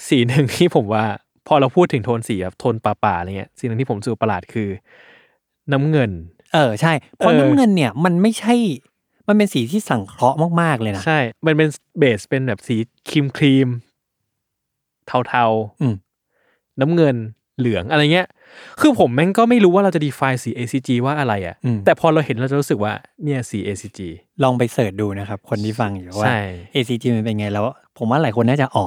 S3: สีหนึ่งที่ผมว่า พอเราพูดถึงโทนสีแบบโทนป่าๆอะไรเงี้ยสีหนึ่งที่ผมรู้สูประหลาดคือ น้ำเงิน
S2: เออใช่เพราะ
S3: เออ
S2: น้ำเงินเนี่ยมันไม่ใช่ มันเป็นสีที่สังเคราะห์มากๆเลยนะ
S3: ใช่ มันเป็นเบสเป็นแบบสีครีมครีมๆเทา
S2: อืม
S3: ๆ น้ำเงินเหลืองอะไรเงี้ย คือผมแม่งก็ไม่รู้ว่าเราจะ define สี ACG ว่าอะไรอะ่ะ
S2: อืม
S3: แต่พอเราเห็นเราจะรู้สึกว่าเนี่ยสี ACG
S2: ลองไปเสิร์ชดูนะครับ คนที่ฟังอยู่ว่า
S3: ใช่
S2: ACG มันเป็นไงแล้ว ผมว่าหลายคนน่าจะอ๋อ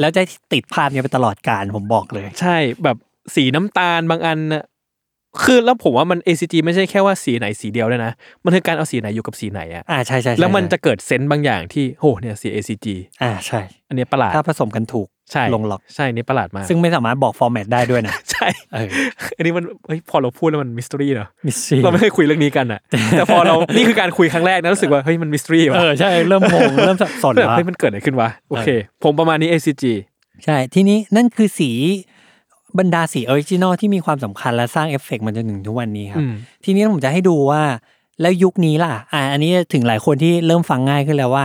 S2: แล้วจะติดภาพเนี้ยไปตลอดการผมบอกเลย
S3: ใช่แบบสีน้ำตาลบางอันน่ะคือแล้วผมว่ามัน ACG ไม่ใช่แค่ว่าสีไหนสีเดียวเลยนะ มันคือการเอาสีไหนอยู่กับสีไหนอะ่ะ
S2: อ่าใช่ใช่ใช่
S3: แล้วมันจะ
S2: ใช่
S3: เกิดเซนต์บางอย่างที่โหเนี่ยสี ACG
S2: อ่าใช่
S3: อันเนี้ยประหลาด
S2: ถ้าผสมกันถูก
S3: ใช่
S2: ลงล็อก
S3: ใช่อันนี่ประหลาดมาก
S2: ซึ่งไม่สามารถบอกฟอร์แมตได้ด้วย
S3: *laughs*
S2: นะ
S3: ใช่
S2: เออ
S3: อันนี้มันเฮ้ยพอเราพูดแล้วมันมิส t ต r รีเนาะ
S2: มิสซี
S3: เราไม่เคยคุยเรื่องนี้กันอ่ะ แต่พอ
S2: *laughs*
S3: เรา นี่คือการคุยครั้งแรกนะรู้สึกว่า เฮ้ย มันมิสทรีว่ะ
S2: เออใช่ เริ่มงง เริ่มสับสน
S3: แบ
S2: แล้
S3: บ
S2: ว
S3: เฮ้ย มันเกิดอะไรขึ้นวะ โอเค ผมประมาณนี้ ACG
S2: ใช่ ที่นี้นั่นคือสีบรรดาสีออริจินอลที่มีความสำคัญและสร้างเอฟเฟกต์มันจนถึงทุกวันนี้ครับ
S3: อืม
S2: ทีนี้ผมจะให้ดูว่า แล้วยุคนี้ล่ะ อ่า อันนี้ถึงหลายคนที่เริ่มฟังง่ายขึ้นแล้วว่า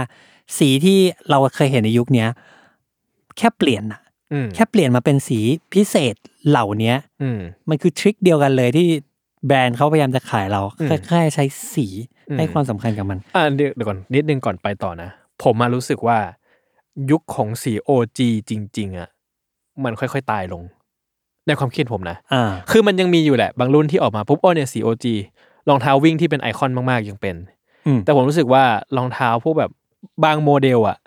S2: สีที่เราเคยเห็นในยุคเนี้ยแค่เปลี่ยนอะ
S3: อืม
S2: แค่เปลี่ยนมาเป็นสีพิเศษเหล่าเนี้ย
S3: อืม
S2: มันคือทริคเดียวกันเลยที่แบรนด์เขาพยายามจะขายเรา
S3: อืม
S2: แค่ใช้สี
S3: อืม
S2: ให้ความสำคัญกับมัน
S3: อ่าเดี๋ยวก่อน นิดนึงก่อนไปต่อนะ ผมมารู้สึกว่า ยุคของสี OG จริง ๆ อ่ะ มันค่อย ๆ ตายลง ในความคิดผมนะ
S2: อ่า
S3: คือมันยังมีอยู่แหละ บางรุ่นที่ออกมาปุ๊บโอ้เนี่ยสี OG รองเท้าวิ่งที่เป็นไอคอนมากๆ ยังเป็น
S2: อืม
S3: แต่ผมรู้สึกว่ารองเท้าพวกแบบบางโมเดลอ่ะ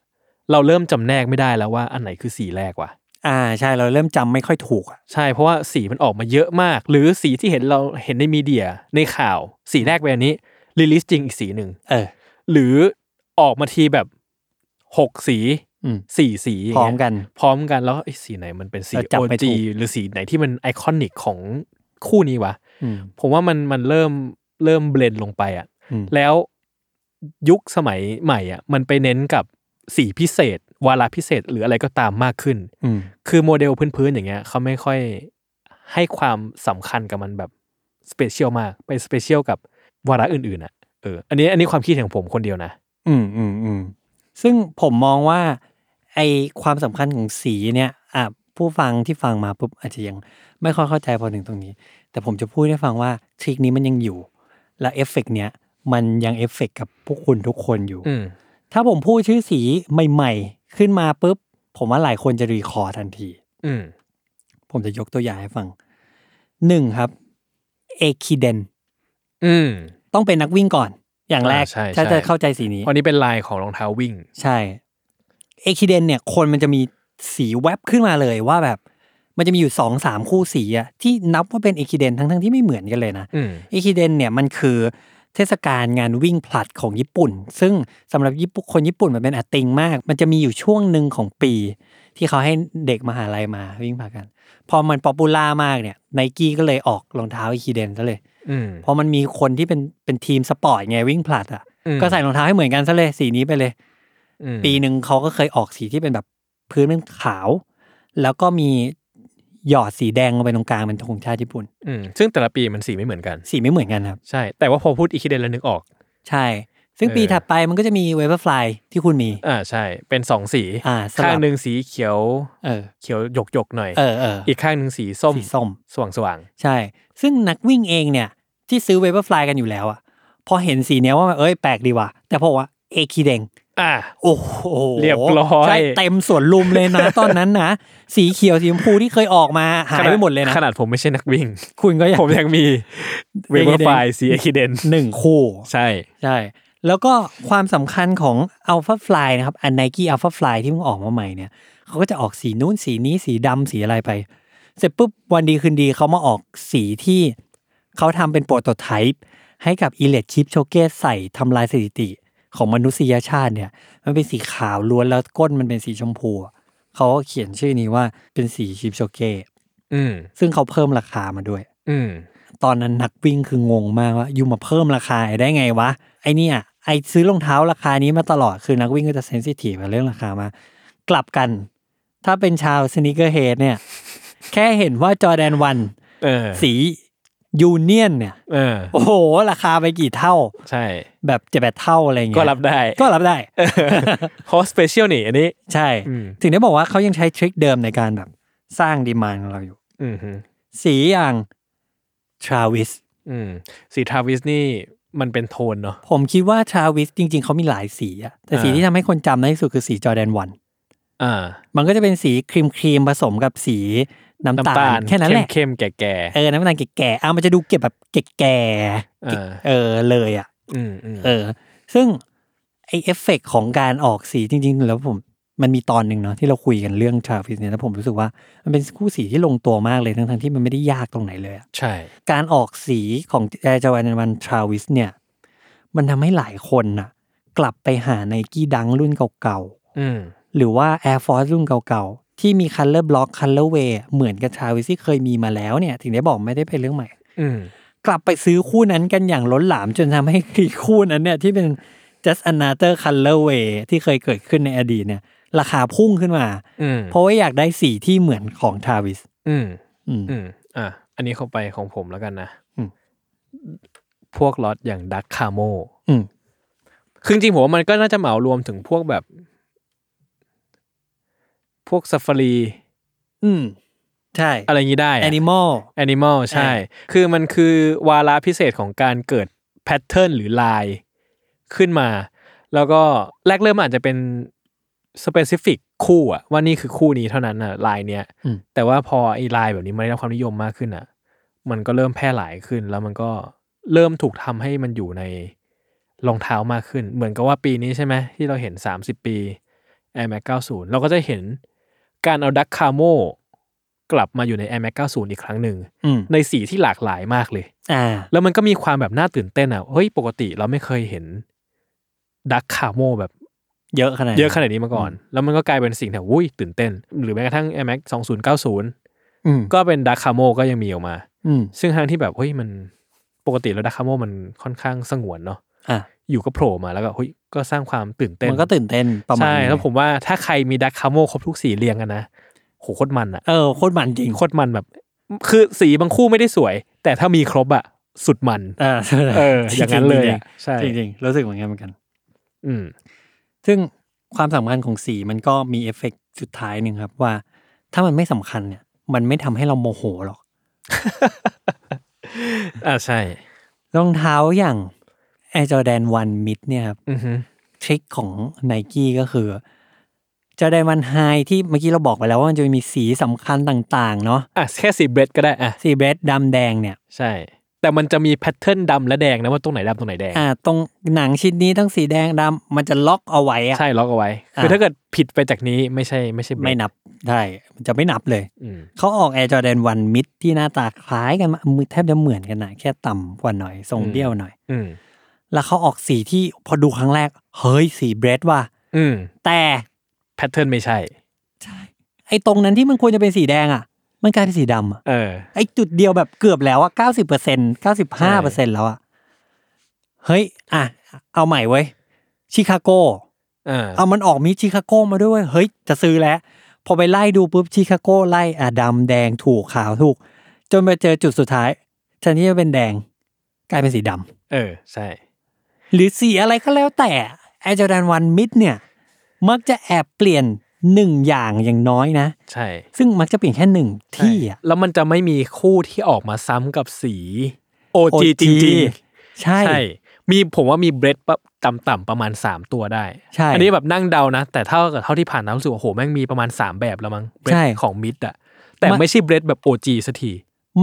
S3: เราเริ่มจำแนกไม่ได้แล้วว่าอันไหนคือสีแรกว่ะ
S2: อ่าใช่เราเริ่มจำไม่ค่อยถูกอ่ะ
S3: ใช่เพราะว่าสีมันออกมาเยอะมาก หรือสีที่เห็นเราเห็นในมีเดียในข่าว สีแรกเป็นอันนี้รีลิสจริงอีกสีหนึ่ง
S2: เออ
S3: หรือออกมาทีแบบหกสี
S2: อืม
S3: สี่สีย่าง
S2: พร้อ
S3: เงี้ย
S2: มกัน
S3: พร้อมกันแล้วเอ้ยสีไหนมันเป็นสี
S2: เรา
S3: โอ
S2: จำไม่ถู
S3: จี
S2: ก
S3: หรือสีไหนที่มันไอคอนิกของคู่นี้วะ
S2: อืม
S3: ผมว่ามันมันเริ่มเริ่มเบลนลงไปอ่ะ
S2: อืม
S3: แล้วยุคสมัยใหม่อ่ะมันไปเน้นกับสีพิเศษ วาระพิเศษหรืออะไรก็ตามมากขึ้น
S2: อืม
S3: คือโมเดลพื้นๆอย่างเงี้ยเขาไม่ค่อย ให้ความสำคัญกับมันแบบสเปเชียลมากไปสเปเชียลกับวาระอื่นๆอ่ะเอออันนี้อันนี้ความคิดของผมคนเดียวนะ
S4: อืมอืมอืม
S2: ซึ่งผมมองว่าไอความสำคัญของสีเนี่ยอ่ะผู้ฟังที่ฟังมาปุ๊บอาจจะยังไม่ค่อยเข้าใจพอถึงตรงนี้ แต่ผมจะพูดให้ฟังว่าทริคนี้มันยังอยู่ และเอฟเฟกต์เนี้ยมันยังเอฟเฟกต์กับพวกคุณทุกคนอยู่
S3: อืม
S2: ถ้าผมพูดชื่อสีใหม่ๆ ขึ้นมาปุ๊บ ผมว่าหลายคนจะรีคอร์ทันที
S3: อืม
S2: ผมจะยกตัวอย่างให้ฟังหนึ่งครับเอคิเดน
S3: อืม
S2: ต้องเป็นนักวิ่งก่อน อย่างแรก
S3: อ่าใช่
S2: ถ้า
S3: ใช่
S2: จะเข้าใจสีนี้
S3: อันนี้เป็นลายของรองเท้าวิ่ง
S2: ใช่เอคิเดนเนี่ยคนมันจะมีสีแวบขึ้นมาเลยว่าแบบ มันจะมีอยู่สองสามคู่สีอะที่นับว่าเป็นเอคิเดนทั้งทั้งๆที่ไม่เหมือนกันเลยนะ
S3: อืม
S2: เอคิเดนเนี่ยมันคือเทศกาลงานวิ่งผลัดของญี่ปุ่น ซึ่งสำหรับญี่ปุ่นคนญี่ปุ่นมันเป็นอัตติงมาก มันจะมีอยู่ช่วงหนึ่งของปี ที่เขาให้เด็กมหาลัยมาวิ่งผลัดกัน พอมันป๊อปปูล่ามากเนี่ยไนกี้ก็เลยออกรองเท้าเอคิเดนซะเลย
S3: อืม
S2: เพราะมันมีคนที่เป็นเป็นทีมสปอร์ตไงวิ่งผลัดอ่ะ
S3: อืม
S2: ก็ใส่รองเท้าให้เหมือนกันซะเลยสีนี้ไปเลย
S3: อืม
S2: ปีหนึ่งเขาก็เคยออกสีที่เป็นแบบพื้นเป็นขาว แล้วก็มีหยอดสีแดงลงไปตรงกลางเป็นธงชาติญี่ปุ่น
S3: อืมซึ่งแต่ละปีมันสีไม่เหมือนกัน
S2: สีไม่เหมือนกันครับ
S3: ใช่ แต่ว่าพอพูดอีคิเดนแล้วนึกออก
S2: ใช่ ซึ่ง
S3: เออ
S2: ปีถัดไปมันก็จะมีเวเบอร์ฟลายที่คุณมี
S3: อ่าใช่ เป็นสองสี
S2: อ่าสลับ
S3: ข้างหนึ่งสีเขียว
S2: เออ
S3: เขียวหยกหยกๆหน่อย
S2: เออเออ
S3: อีกข้างหนึ่งสีส้ม
S2: สีส้ม
S3: สว่างสว่าง
S2: ใช่ ซึ่งนักวิ่งเองเนี่ย ที่ซื้อเวเบอร์ฟลายกันอยู่แล้วอะพอเห็นสีเนี้ยว่าเอ้ยแปลกดีว่ะแต่พอว่าเอคีแดง
S3: ๆอ่า
S2: โอ้โห
S3: เรียบร้อย
S2: ใช่เต็มสวนลุมเลยนะ *laughs* ตอนนั้นนะสีเขียวสีชมพูที่เคยออกมาหายไปหมดเลยนะ
S3: ขนาดผมไม่ใช่นักวิ่ง
S2: คุณก็อยาก
S3: *laughs* ผมยังมีเวเบอร์ไฟสีอีคิเดน
S2: หนึ่งคู่
S3: ใช่
S2: ใช่ แล้วก็ความสำคัญของอัลฟาฟลายนะครับ อันไนกี้อัลฟาฟลายที่เพิ่งออกมาใหม่เนี่ยเขาก็จะออกสีนู้นสีนี้สีดำสีอะไรไป เสร็จปุ๊บ วันดีคืนดีเขามาออกสีที่เขาทำเป็นโปรโตไทป์ให้กับอิเลียดคิปโชเกสใส่ทำลายสถิติของมนุษยชาติเนี่ย มันเป็นสีขาวล้วนแล้วก้นมันเป็นสีชมพูอะเขาก็เขียนชื่อนี้ว่าเป็นสีคิปโชเกส
S3: อืม
S2: ซึ่งเขาเพิ่มราคามาด้วย
S3: อืม
S2: ตอนนั้นนักวิ่งคืองงมากว่าอยู่มาเพิ่มราคาได้ไงวะ ไอเนี่ยไอซื้อรองเท้าราคานี้มาตลอดคือนักวิ่งก็จะเซนซิทีฟกับเรื่องราคามากกลับกัน ถ้าเป็นชาวสนิเกอร์เฮดเนี่ย แค่เห็นว่าจอแดนวัน
S3: เออ
S2: สียูเนียนเนี่ย
S3: เออ
S2: โอ้โห ราคาไปกี่เท่า
S3: ใช่
S2: แบบเจ็ดแปดเท่าอะไรเงี้ย
S3: ก็รับได้
S2: ก็รับได้
S3: เพราะสเปเชียลนี่อันนี้
S2: ใช่
S3: อืม
S2: ถึงได้บอกว่าเขายังใช้ทริคเดิมในการแบบสร้างดีมานของเราอยู่
S3: อืม
S2: สีอย่างทราวิส
S3: อืมสีทาวิสนี่มันเป็นโทนเนาะ
S2: ผมคิดว่าทราวิสจริง ๆ เขามีหลายสีอะแต่สี
S3: อ่า
S2: ที่ทำให้คนจำได้ที่สุดคือสีจอร์แดนวัน
S3: อ่า
S2: มันก็จะเป็นสีครีมครีมๆผสมกับสีน้ำตาล แค่นั้นแหละ
S3: เข้มๆแก่
S2: เออ น้ำตาลแก่ๆเอามันจะดูเก็บแบบแก่
S3: อ่า
S2: ๆเออเลยอ่ะ
S3: ๆอืมอืม
S2: เออ ซึ่งไอเอฟเฟกต์ของการออกสีจริง ๆ แล้วผมมันมีตอนหนึ่งเนาะที่เราคุยกันเรื่องทราวิสเนี่ยแล้วผมรู้สึกว่ามันเป็นคู่สีที่ลงตัวมากเลยทั้งๆที่มันไม่ได้ยากตรงไหนเลยอะ
S3: ใช่
S2: การออกสีของแอร์จวานันวันทราวิสเนี่ย มันทำให้หลายคนน่ะ กลับไปหาไนกี้ดังรุ่นเก่า
S3: อืม
S2: ๆ หรือว่า Air Force รุ่นเก่าๆ ที่มีคัลเลอร์บล็อกคัลเลอร์เวเหมือนกับทราวิสที่เคยมีมาแล้วเนี่ย ถึงได้บอกไม่ได้เป็นเรื่องใหม่
S3: อืม
S2: กลับไปซื้อคู่นั้นกันอย่างล้นหลามจนทำให้คู่นั้นเนี่ย ที่เป็น just another colorway ที่เคยเกิดขึ้นในอดีตเนี่ย ราคาพุ่งขึ้นมา
S3: อืม
S2: เพราะว่าอยากได้สีที่เหมือนของทราวิส
S3: อืม
S2: อืม
S3: อืมอ่ะอันนี้เข้าไปของผมแล้วกันนะ
S2: อืม
S3: พวกล็อตอย่างดักคาโม
S2: อืม
S3: คือจริงๆผมว่ามันก็น่าจะเหมารวมถึงพวกแบบ พวกซัฟฟารี
S2: อืมใช่
S3: อะไรอย่างนี้ได้อะ
S2: animal
S3: แอนิมอลใช่
S2: ใช่
S3: คือมันคือวาระพิเศษของการเกิดแพทเทิร์นหรือลายขึ้นมา แล้วก็แรกเริ่มอาจจะเป็นสเปซิฟิกคู่อะว่านี่คือคู่นี้เท่านั้นอะลายเนี้ย
S2: อืม
S3: แต่ว่าพอไอ้ลายแบบนี้มันได้รับความนิยมมากขึ้นอะมันก็เริ่มแพร่หลายขึ้น แล้วมันก็เริ่มถูกทำให้มันอยู่ในรองเท้ามากขึ้น เหมือนกับว่าปีนี้ใช่ไหมที่เราเห็น 30 ปี Air Max 90 เราก็จะเห็นการเอาดักคาโมกลับมาอยู่ใน Air Max 90 อีกครั้งหนึ่ง
S2: อืม
S3: ในสีที่หลากหลายมากเลย
S2: อ่า
S3: แล้วมันก็มีความแบบน่าตื่นเต้นอ่ะ เฮ้ย ปกติเราไม่เคยเห็นดักคาโมแบบ
S2: เยอะขนาด
S3: เยอะขนาดนี้มาก่อน แล้วมันก็กลายเป็นสิ่งที่อุ้ยตื่นเต้น หรือแม้กระทั่ง Air Max 2090
S2: อืม
S3: ก็เป็นดักคาโมก็ยังมีออกมา
S2: อืม
S3: ซึ่งทางที่แบบ เฮ้ย มันปกติแล้วดักคาโมมันค่อนข้างสงวนเนาะ
S2: อ่ะ
S3: อยู่ก็โผล่มาแล้วก็เฮ้ย ก็สร้างความตื่นเต้น
S2: มันก็ตื่นเต้นประมาณ
S3: ใช่
S2: นึง
S3: แล้วผมว่าถ้าใครมีดักคาโมครบทุกสีเรียงกันนะ โหโคตรมันอ่ะ
S2: เออโคตรมันจริง
S3: โคตรมันแบบ คือสีบางคู่ไม่ได้สวย แต่ถ้ามีครบอะสุดมัน
S2: เออ
S3: เอออย่างนั้นเลยอะใช่
S2: จริงๆ รู้สึกเหมือนกันเหมือนกัน
S3: อืม
S2: ซึ่งความสำคัญของสีมันก็มีเอฟเฟกต์สุดท้ายหนึ่งครับว่า ถ้ามันไม่สำคัญเนี่ย มันไม่ทำให้เราโมโหหรอก
S3: อ่าใช่
S2: รองเท้าอย่าง Air Jordan 1 Mid เนี่ยครับ
S3: อือฮึ
S2: ทริคของ n i กี้ก็คือ Jordan 1 High ที่เมื่อกี้เราบอกไปแล้วว่ามันจะมีสีสำคัญต่างๆ เนาะ
S3: อ่ะแค่สีเบรดก็ได้อ่ะ
S2: สีเบสดำแดงเนี่ย
S3: ใช่ แต่มันจะมีแพทเทิร์นดำและแดงนะว่าตรงไหนดำตรงไหนแดง
S2: อ่า ตรงหนังชิ้นนี้ทั้งสีแดงดำมันจะล็อกเอาไว้อะ
S3: ใช่ล็อกเอาไว้ คือ
S2: อ่ะ
S3: ถ้าเกิดผิดไปจากนี้ไม่ใช่ไม่ใช่เรด
S2: ไม่นับใช่มันจะไม่นับเลย
S3: อืม
S2: เขาออก Air Jordan 1 Mid ที่หน้าตาคล้ายกันมากมือแทบจะเหมือนกันนะแค่ต่ำกว่าหน่อยทรงเบี้ยวหน่อย
S3: อืม
S2: แล้วเขาออกสีที่พอดูครั้งแรก เฮ้ยสีเบรดว่ะ
S3: อืม
S2: แต่
S3: แพทเทิร์นไม่ใช่
S2: ไอ้ตรงนั้นที่มันควรจะเป็นสีแดงอ่ะ มันกลายเป็นสีดำอะ
S3: เออ
S2: ไอ้จุดเดียวแบบเกือบแล้วอ่ะเก้าสิบเปอร์เซ็นเก้าสิบห้าเปอร์เซ็นแล้วอ่ะเฮ้ยอ่ะเอาใหม่เว้ยชิคาโก
S3: เออ
S2: เอามันออกมีชิคาโกมาด้วยเวยเฮ้ย จะซื้อแล้ว พอไปไล่ดูปุ๊บชิคาโกไล่อ่ะดำแดงถูกขาวถูก จนไปเจอจุดสุดท้ายแทนที่จะเป็นแดง กลายเป็นสีดำ
S3: เออ ใช่
S2: หรือสีอะไรก็แล้วแต่ไอจอแดนวันมิดเนี่ย มักจะแอบเปลี่ยนหนึ่งอย่างอย่างน้อยนะ
S3: ใช่
S2: ซึ่งมักจะเปลี่ยนแค่หนึ่งที่อ่ะ
S3: แล้วมันจะไม่มีคู่ที่ออกมาซ้ำกับสี OG
S2: OG
S3: จริงๆ
S2: ใช่
S3: ใช่ มีผมว่ามีเบรดปั๊บต่ำๆประมาณ 3 ตัวได้
S2: ใช่
S3: อันี้แบบนั่งเดานะ แต่เท่ากับเท่าที่ผ่านมารู้สึกว่าโหแม่งมีประมาณ 3 แบบแล้วมั้งเบร
S2: ใช่
S3: ดของมิดอะแต่ไม่ใช่เบรดแบบ OG สักที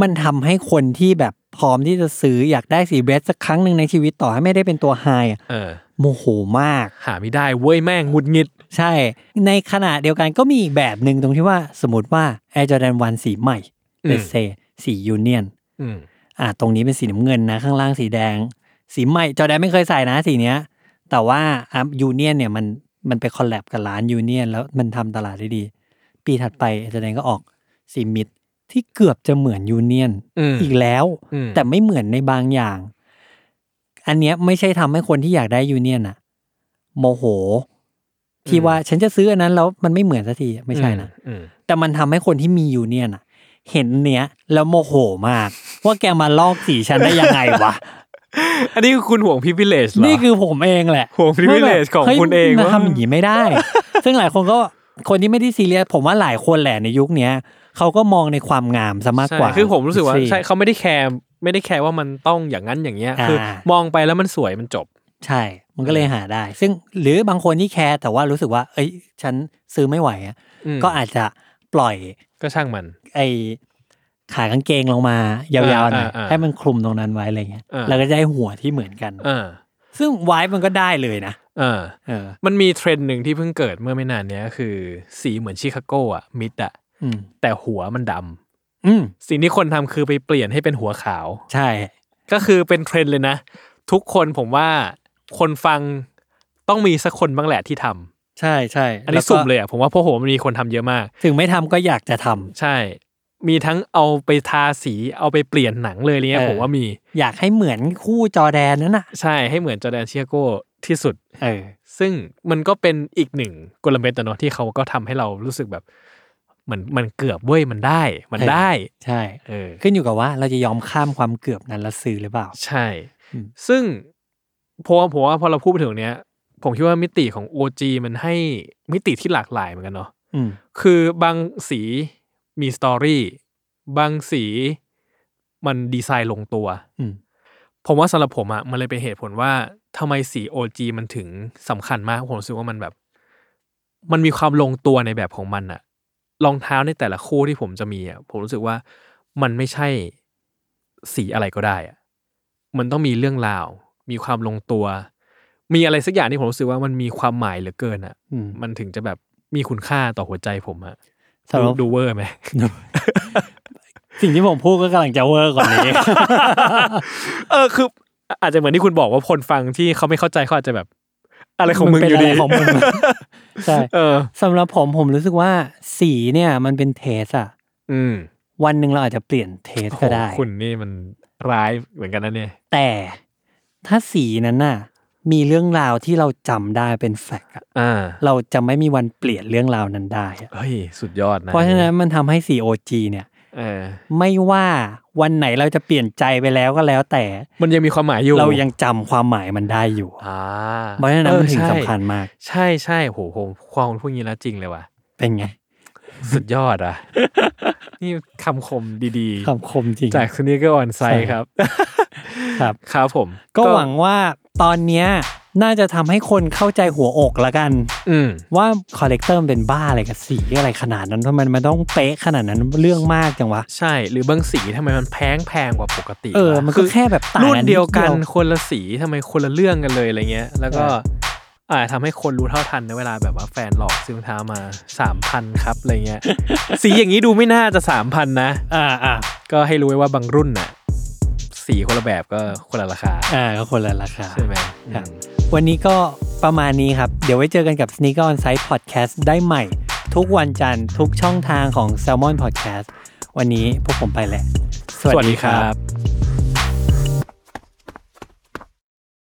S2: มันทำให้คนที่แบบพร้อมที่จะซื้ออยากได้สีเบสสักครั้งหนึ่งในชีวิตต่อให้ไม่ได้เป็นตัวไฮอะ
S3: เออ
S2: โมโหมาก
S3: หาไม่ได้เว้ยแม่งหงุดหงิด
S2: ใช่ ในขณะเดียวกันก็มีอีกแบบหนึ่งตรงที่ว่าสมมติว่า Air Jordan 1 สีใหม่
S3: อืม
S2: Let's say สี Union
S3: อืม
S2: อ่ะตรงนี้เป็นสีน้ำเงินนะ ข้างล่างสีแดง สีใหม่ Jordan ไม่เคยใส่นะสีเนี้ย แต่ว่าอ่ะ Union เนี่ยมันมันไปคอลแลบกับร้าน Union แล้วมันทำตลาดได้ดี ปีถัดไป Air Jordan ก็ออกสีมิดที่เกือบจะเหมือน Union
S3: อืม
S2: อีกแล้ว
S3: อืม
S2: แต่ไม่เหมือนในบางอย่าง อันเนี้ยไม่ใช่ทำให้คนที่อยากได้ Union อะโมโห ที่ว่าฉันจะซื้ออันนั้นแล้วมันไม่เหมือนสักทีไม่ใช่นะ
S3: อืม
S2: แต่มันทำให้คนที่มียูเนี่ยนอะเห็นเนี้ยแล้วโมโหมาก ว่าแกมาลอกสีฉันได้ยังไงวะ
S3: อืมอันนี้คือคุณห่วงพิพิเลชเหรอ
S2: นี่คือผมเองแหละ
S3: ห่วง privilege
S2: ว่าแบบ
S3: ของ
S2: ฮ้ย
S3: คุณเอง
S2: มัน
S3: ว่า
S2: ทำอย่างนี้ไม่
S3: *laughs*
S2: ได้ ซึ่งหลายคนก็คนที่ไม่ได้ซีเรียสผมว่าหลายคนแหละในยุคเนี้ยเขาก็มองในความงามซะมากกว่า
S3: ใช่คือผมรู้สึกว่าใช่เขาไม่ได้แคร์ไม่ได้แคร์ว่ามันต้องอย่างนั้นอย่างเงี้ย
S2: อ่า
S3: คือมองไปแล้วมันสวยมันจบ
S2: ใช่ มันก็เลยหาได้ ซึ่งหรือบางคนที่แคร์แต่ว่ารู้สึกว่า เอ้ย ฉันซื้อไม่ไหวอะ
S3: อืม
S2: ก็อาจจะปล่อย
S3: ก็ช่างมัน
S2: ไอขากางเกงลงมายาวๆหน่อย
S3: อ่าอ่าอ่า
S2: ให้มันคลุมตรงนั้นไว้อะไรเงี้ย
S3: อ่า
S2: แล้วก็จะได้หัวที่เหมือนกัน
S3: เออ
S2: ซึ่งไว้มันก็ได้เลยนะ
S3: เออ
S2: เออ
S3: มันมีเทรนด์หนึ่งที่เพิ่งเกิดเมื่อไม่นานเนี้ยคือ สีเหมือนชิคาโกอะมิดอะ
S2: อืม
S3: แต่หัวมันดำ
S2: อืม
S3: สิ่งที่คนทำคือไปเปลี่ยนให้เป็นหัวขาว
S2: ใช่
S3: ก็คือเป็นเทรนด์เลยนะ ทุกคนผมว่าคนฟังต้องมีสักคนบ้างแหละที่ทำ
S2: ใช่ใช่
S3: อันนี้
S2: แวก็
S3: สุ่มเลยอะผมว่าเพราะโหมันมีคนทำเยอะมาก
S2: ถึงไม่ทำก็อยากจะทำ
S3: ใช่ มีทั้งเอาไปทาสีเอาไปเปลี่ยนหนังเลยอะไรเงี้ย
S2: เออ
S3: ผมว่ามี
S2: อยากให้เหมือนคู่จอแดนนั่นน่ะ
S3: ใช่ให้เหมือนจอร์แดนเชียโก้ที่สุด
S2: เออ
S3: ซึ่งมันก็เป็นอีกหนึ่งกลเม็ดแต่เนาะที่เขาก็ทำให้เรารู้สึกแบบเหมือนมันเกือบเว้ยมันได้ มัน
S2: เออ
S3: ได้
S2: ใช่
S3: เออ
S2: ขึ้นอยู่กับว่าเราจะยอมข้ามความเกือบนั้นแล้วซื้อหรือเปล่า
S3: ใช่
S2: อืม
S3: ซึ่งพอผมว่าพอเราพูดไปถึงเนี้ย ผมคิดว่ามิติของ OG มันให้มิติที่หลากหลายเหมือนกันเนาะ
S2: อืม
S3: คือบางสีมีสตอรี่ บางสีมันดีไซน์ลงตัว
S2: อืม
S3: ผมว่าสำหรับผมอะมันเลยเป็นเหตุผลว่าทำไมสี OG มันถึงสำคัญมาก ผมรู้สึกว่ามันแบบ มันมีความลงตัวในแบบของมันอะรองเท้าในแต่ละคู่ที่ผมจะมีอะผมรู้สึกว่ามันไม่ใช่สีอะไรก็ได้อะมันต้องมีเรื่องราว มีความลงตัว มีอะไรสักอย่างที่ผมรู้สึกว่ามันมีความหมายเหลือเกินอะ
S2: อืม
S3: มันถึงจะแบบมีคุณค่าต่อหัวใจผมอะ
S2: สำหรับ
S3: ดูเวอร์ไหม
S2: สิ่งที่ผมพูดก็กำลังจะเวอร์กว่านี้
S3: *laughs* เออคืออ่ะอาจจะเหมือนที่คุณบอกว่าคนฟังที่เขาไม่เข้าใจเขาอาจจะแบบ อะไรของมึง
S2: เป็
S3: อน ยู่
S2: อะไร
S3: ดี
S2: ของมึง ใช่
S3: เออ
S2: สำหรับผมผมรู้สึกว่าสีเนี่ยมันเป็นเทสอะ
S3: อืม
S2: วันหนึ่งเราอาจจะเปลี่ยนเทสก็ได้
S3: โอ้โหคุณนี่มันร้ายเหมือนกันนะเนี่ย
S2: แต่ถ้าสีนั้นน่ะมีเรื่องราวที่เราจำได้เป็นแฟกต์อะ
S3: อ่า
S2: เราจะไม่มีวันเปลี่ยนเรื่องราวนั้นได้อะ
S3: เฮ้ย สุดยอดนะ
S2: เพราะฉะนั้นมันทำให้สีโอจีเนี่ย
S3: เออ
S2: ไม่ว่าวันไหนเราจะเปลี่ยนใจไปแล้วก็แล้วแต่
S3: มันยังมีความหมายอยู่
S2: เรายังจำความหมายมันได้อยู่
S3: อ่า
S2: เพราะฉะนั้น
S3: ออ
S2: มันถึง
S3: ใช่
S2: สำคัญมาก
S3: ใช่ใช่โหผมความพูดงี้แล้วจริงเลยว่ะ
S2: เป็นไง
S3: สุดยอด
S2: *laughs*
S3: อ่ะ นี่คำคมดี
S2: คำคมจริง
S3: ๆ จากสนิเกอร์ออนไซ
S2: ใช่
S3: ครับ
S2: ครับ
S3: ครับผม
S2: ก็หวังว่าตอนเนี้ยน่าจะทำให้คนเข้าใจหัวอกละกัน
S3: อืม
S2: ว่าคอลเลกเตอร์มันเป็นบ้าอะไรกับสีอะไรขนาดนั้นทำไมมันต้องเป๊ะขนาดนั้นเรื่องมากจังวะ
S3: ใช่ หรือบางสีทำไมมันแพงแพงกว่าปกติ
S2: เออ
S3: วะ
S2: มันก็
S3: อ
S2: แค่แบบต่าง
S3: รุ่นเดียวกั
S2: ด
S3: น
S2: เดียว
S3: คนละสีทำไมคนละเรื่องกันเลยอะไรเงี้ย แล้วก็
S2: ใช่
S3: อ่าทำให้คนรู้เท่าทันในเวลาแบบว่าแฟนหลอกซื้อรองเท้ามาสามพันครับอะไรเงี้ย *laughs* สีอย่างนี้ดูไม่น่าจะสามพันนะ
S2: อ่าอ่า
S3: ก็ให้รู้ไว้ว่าบางรุ่นน่ะ สีคนละแบบก็คนละราคา
S2: อ่าก็คนละราคา
S3: ใช่ไหม
S2: ครับ
S3: อืม
S2: วันนี้ก็ประมาณนี้ครับ เดี๋ยวไว้เจอกันกับ Sneaker On Site Podcast ได้ใหม่ ทุกวันจันทร์ทุกช่องทางของ Salmon Podcast วันนี้พวกผมไปแล้ว
S3: สวัสดีครับ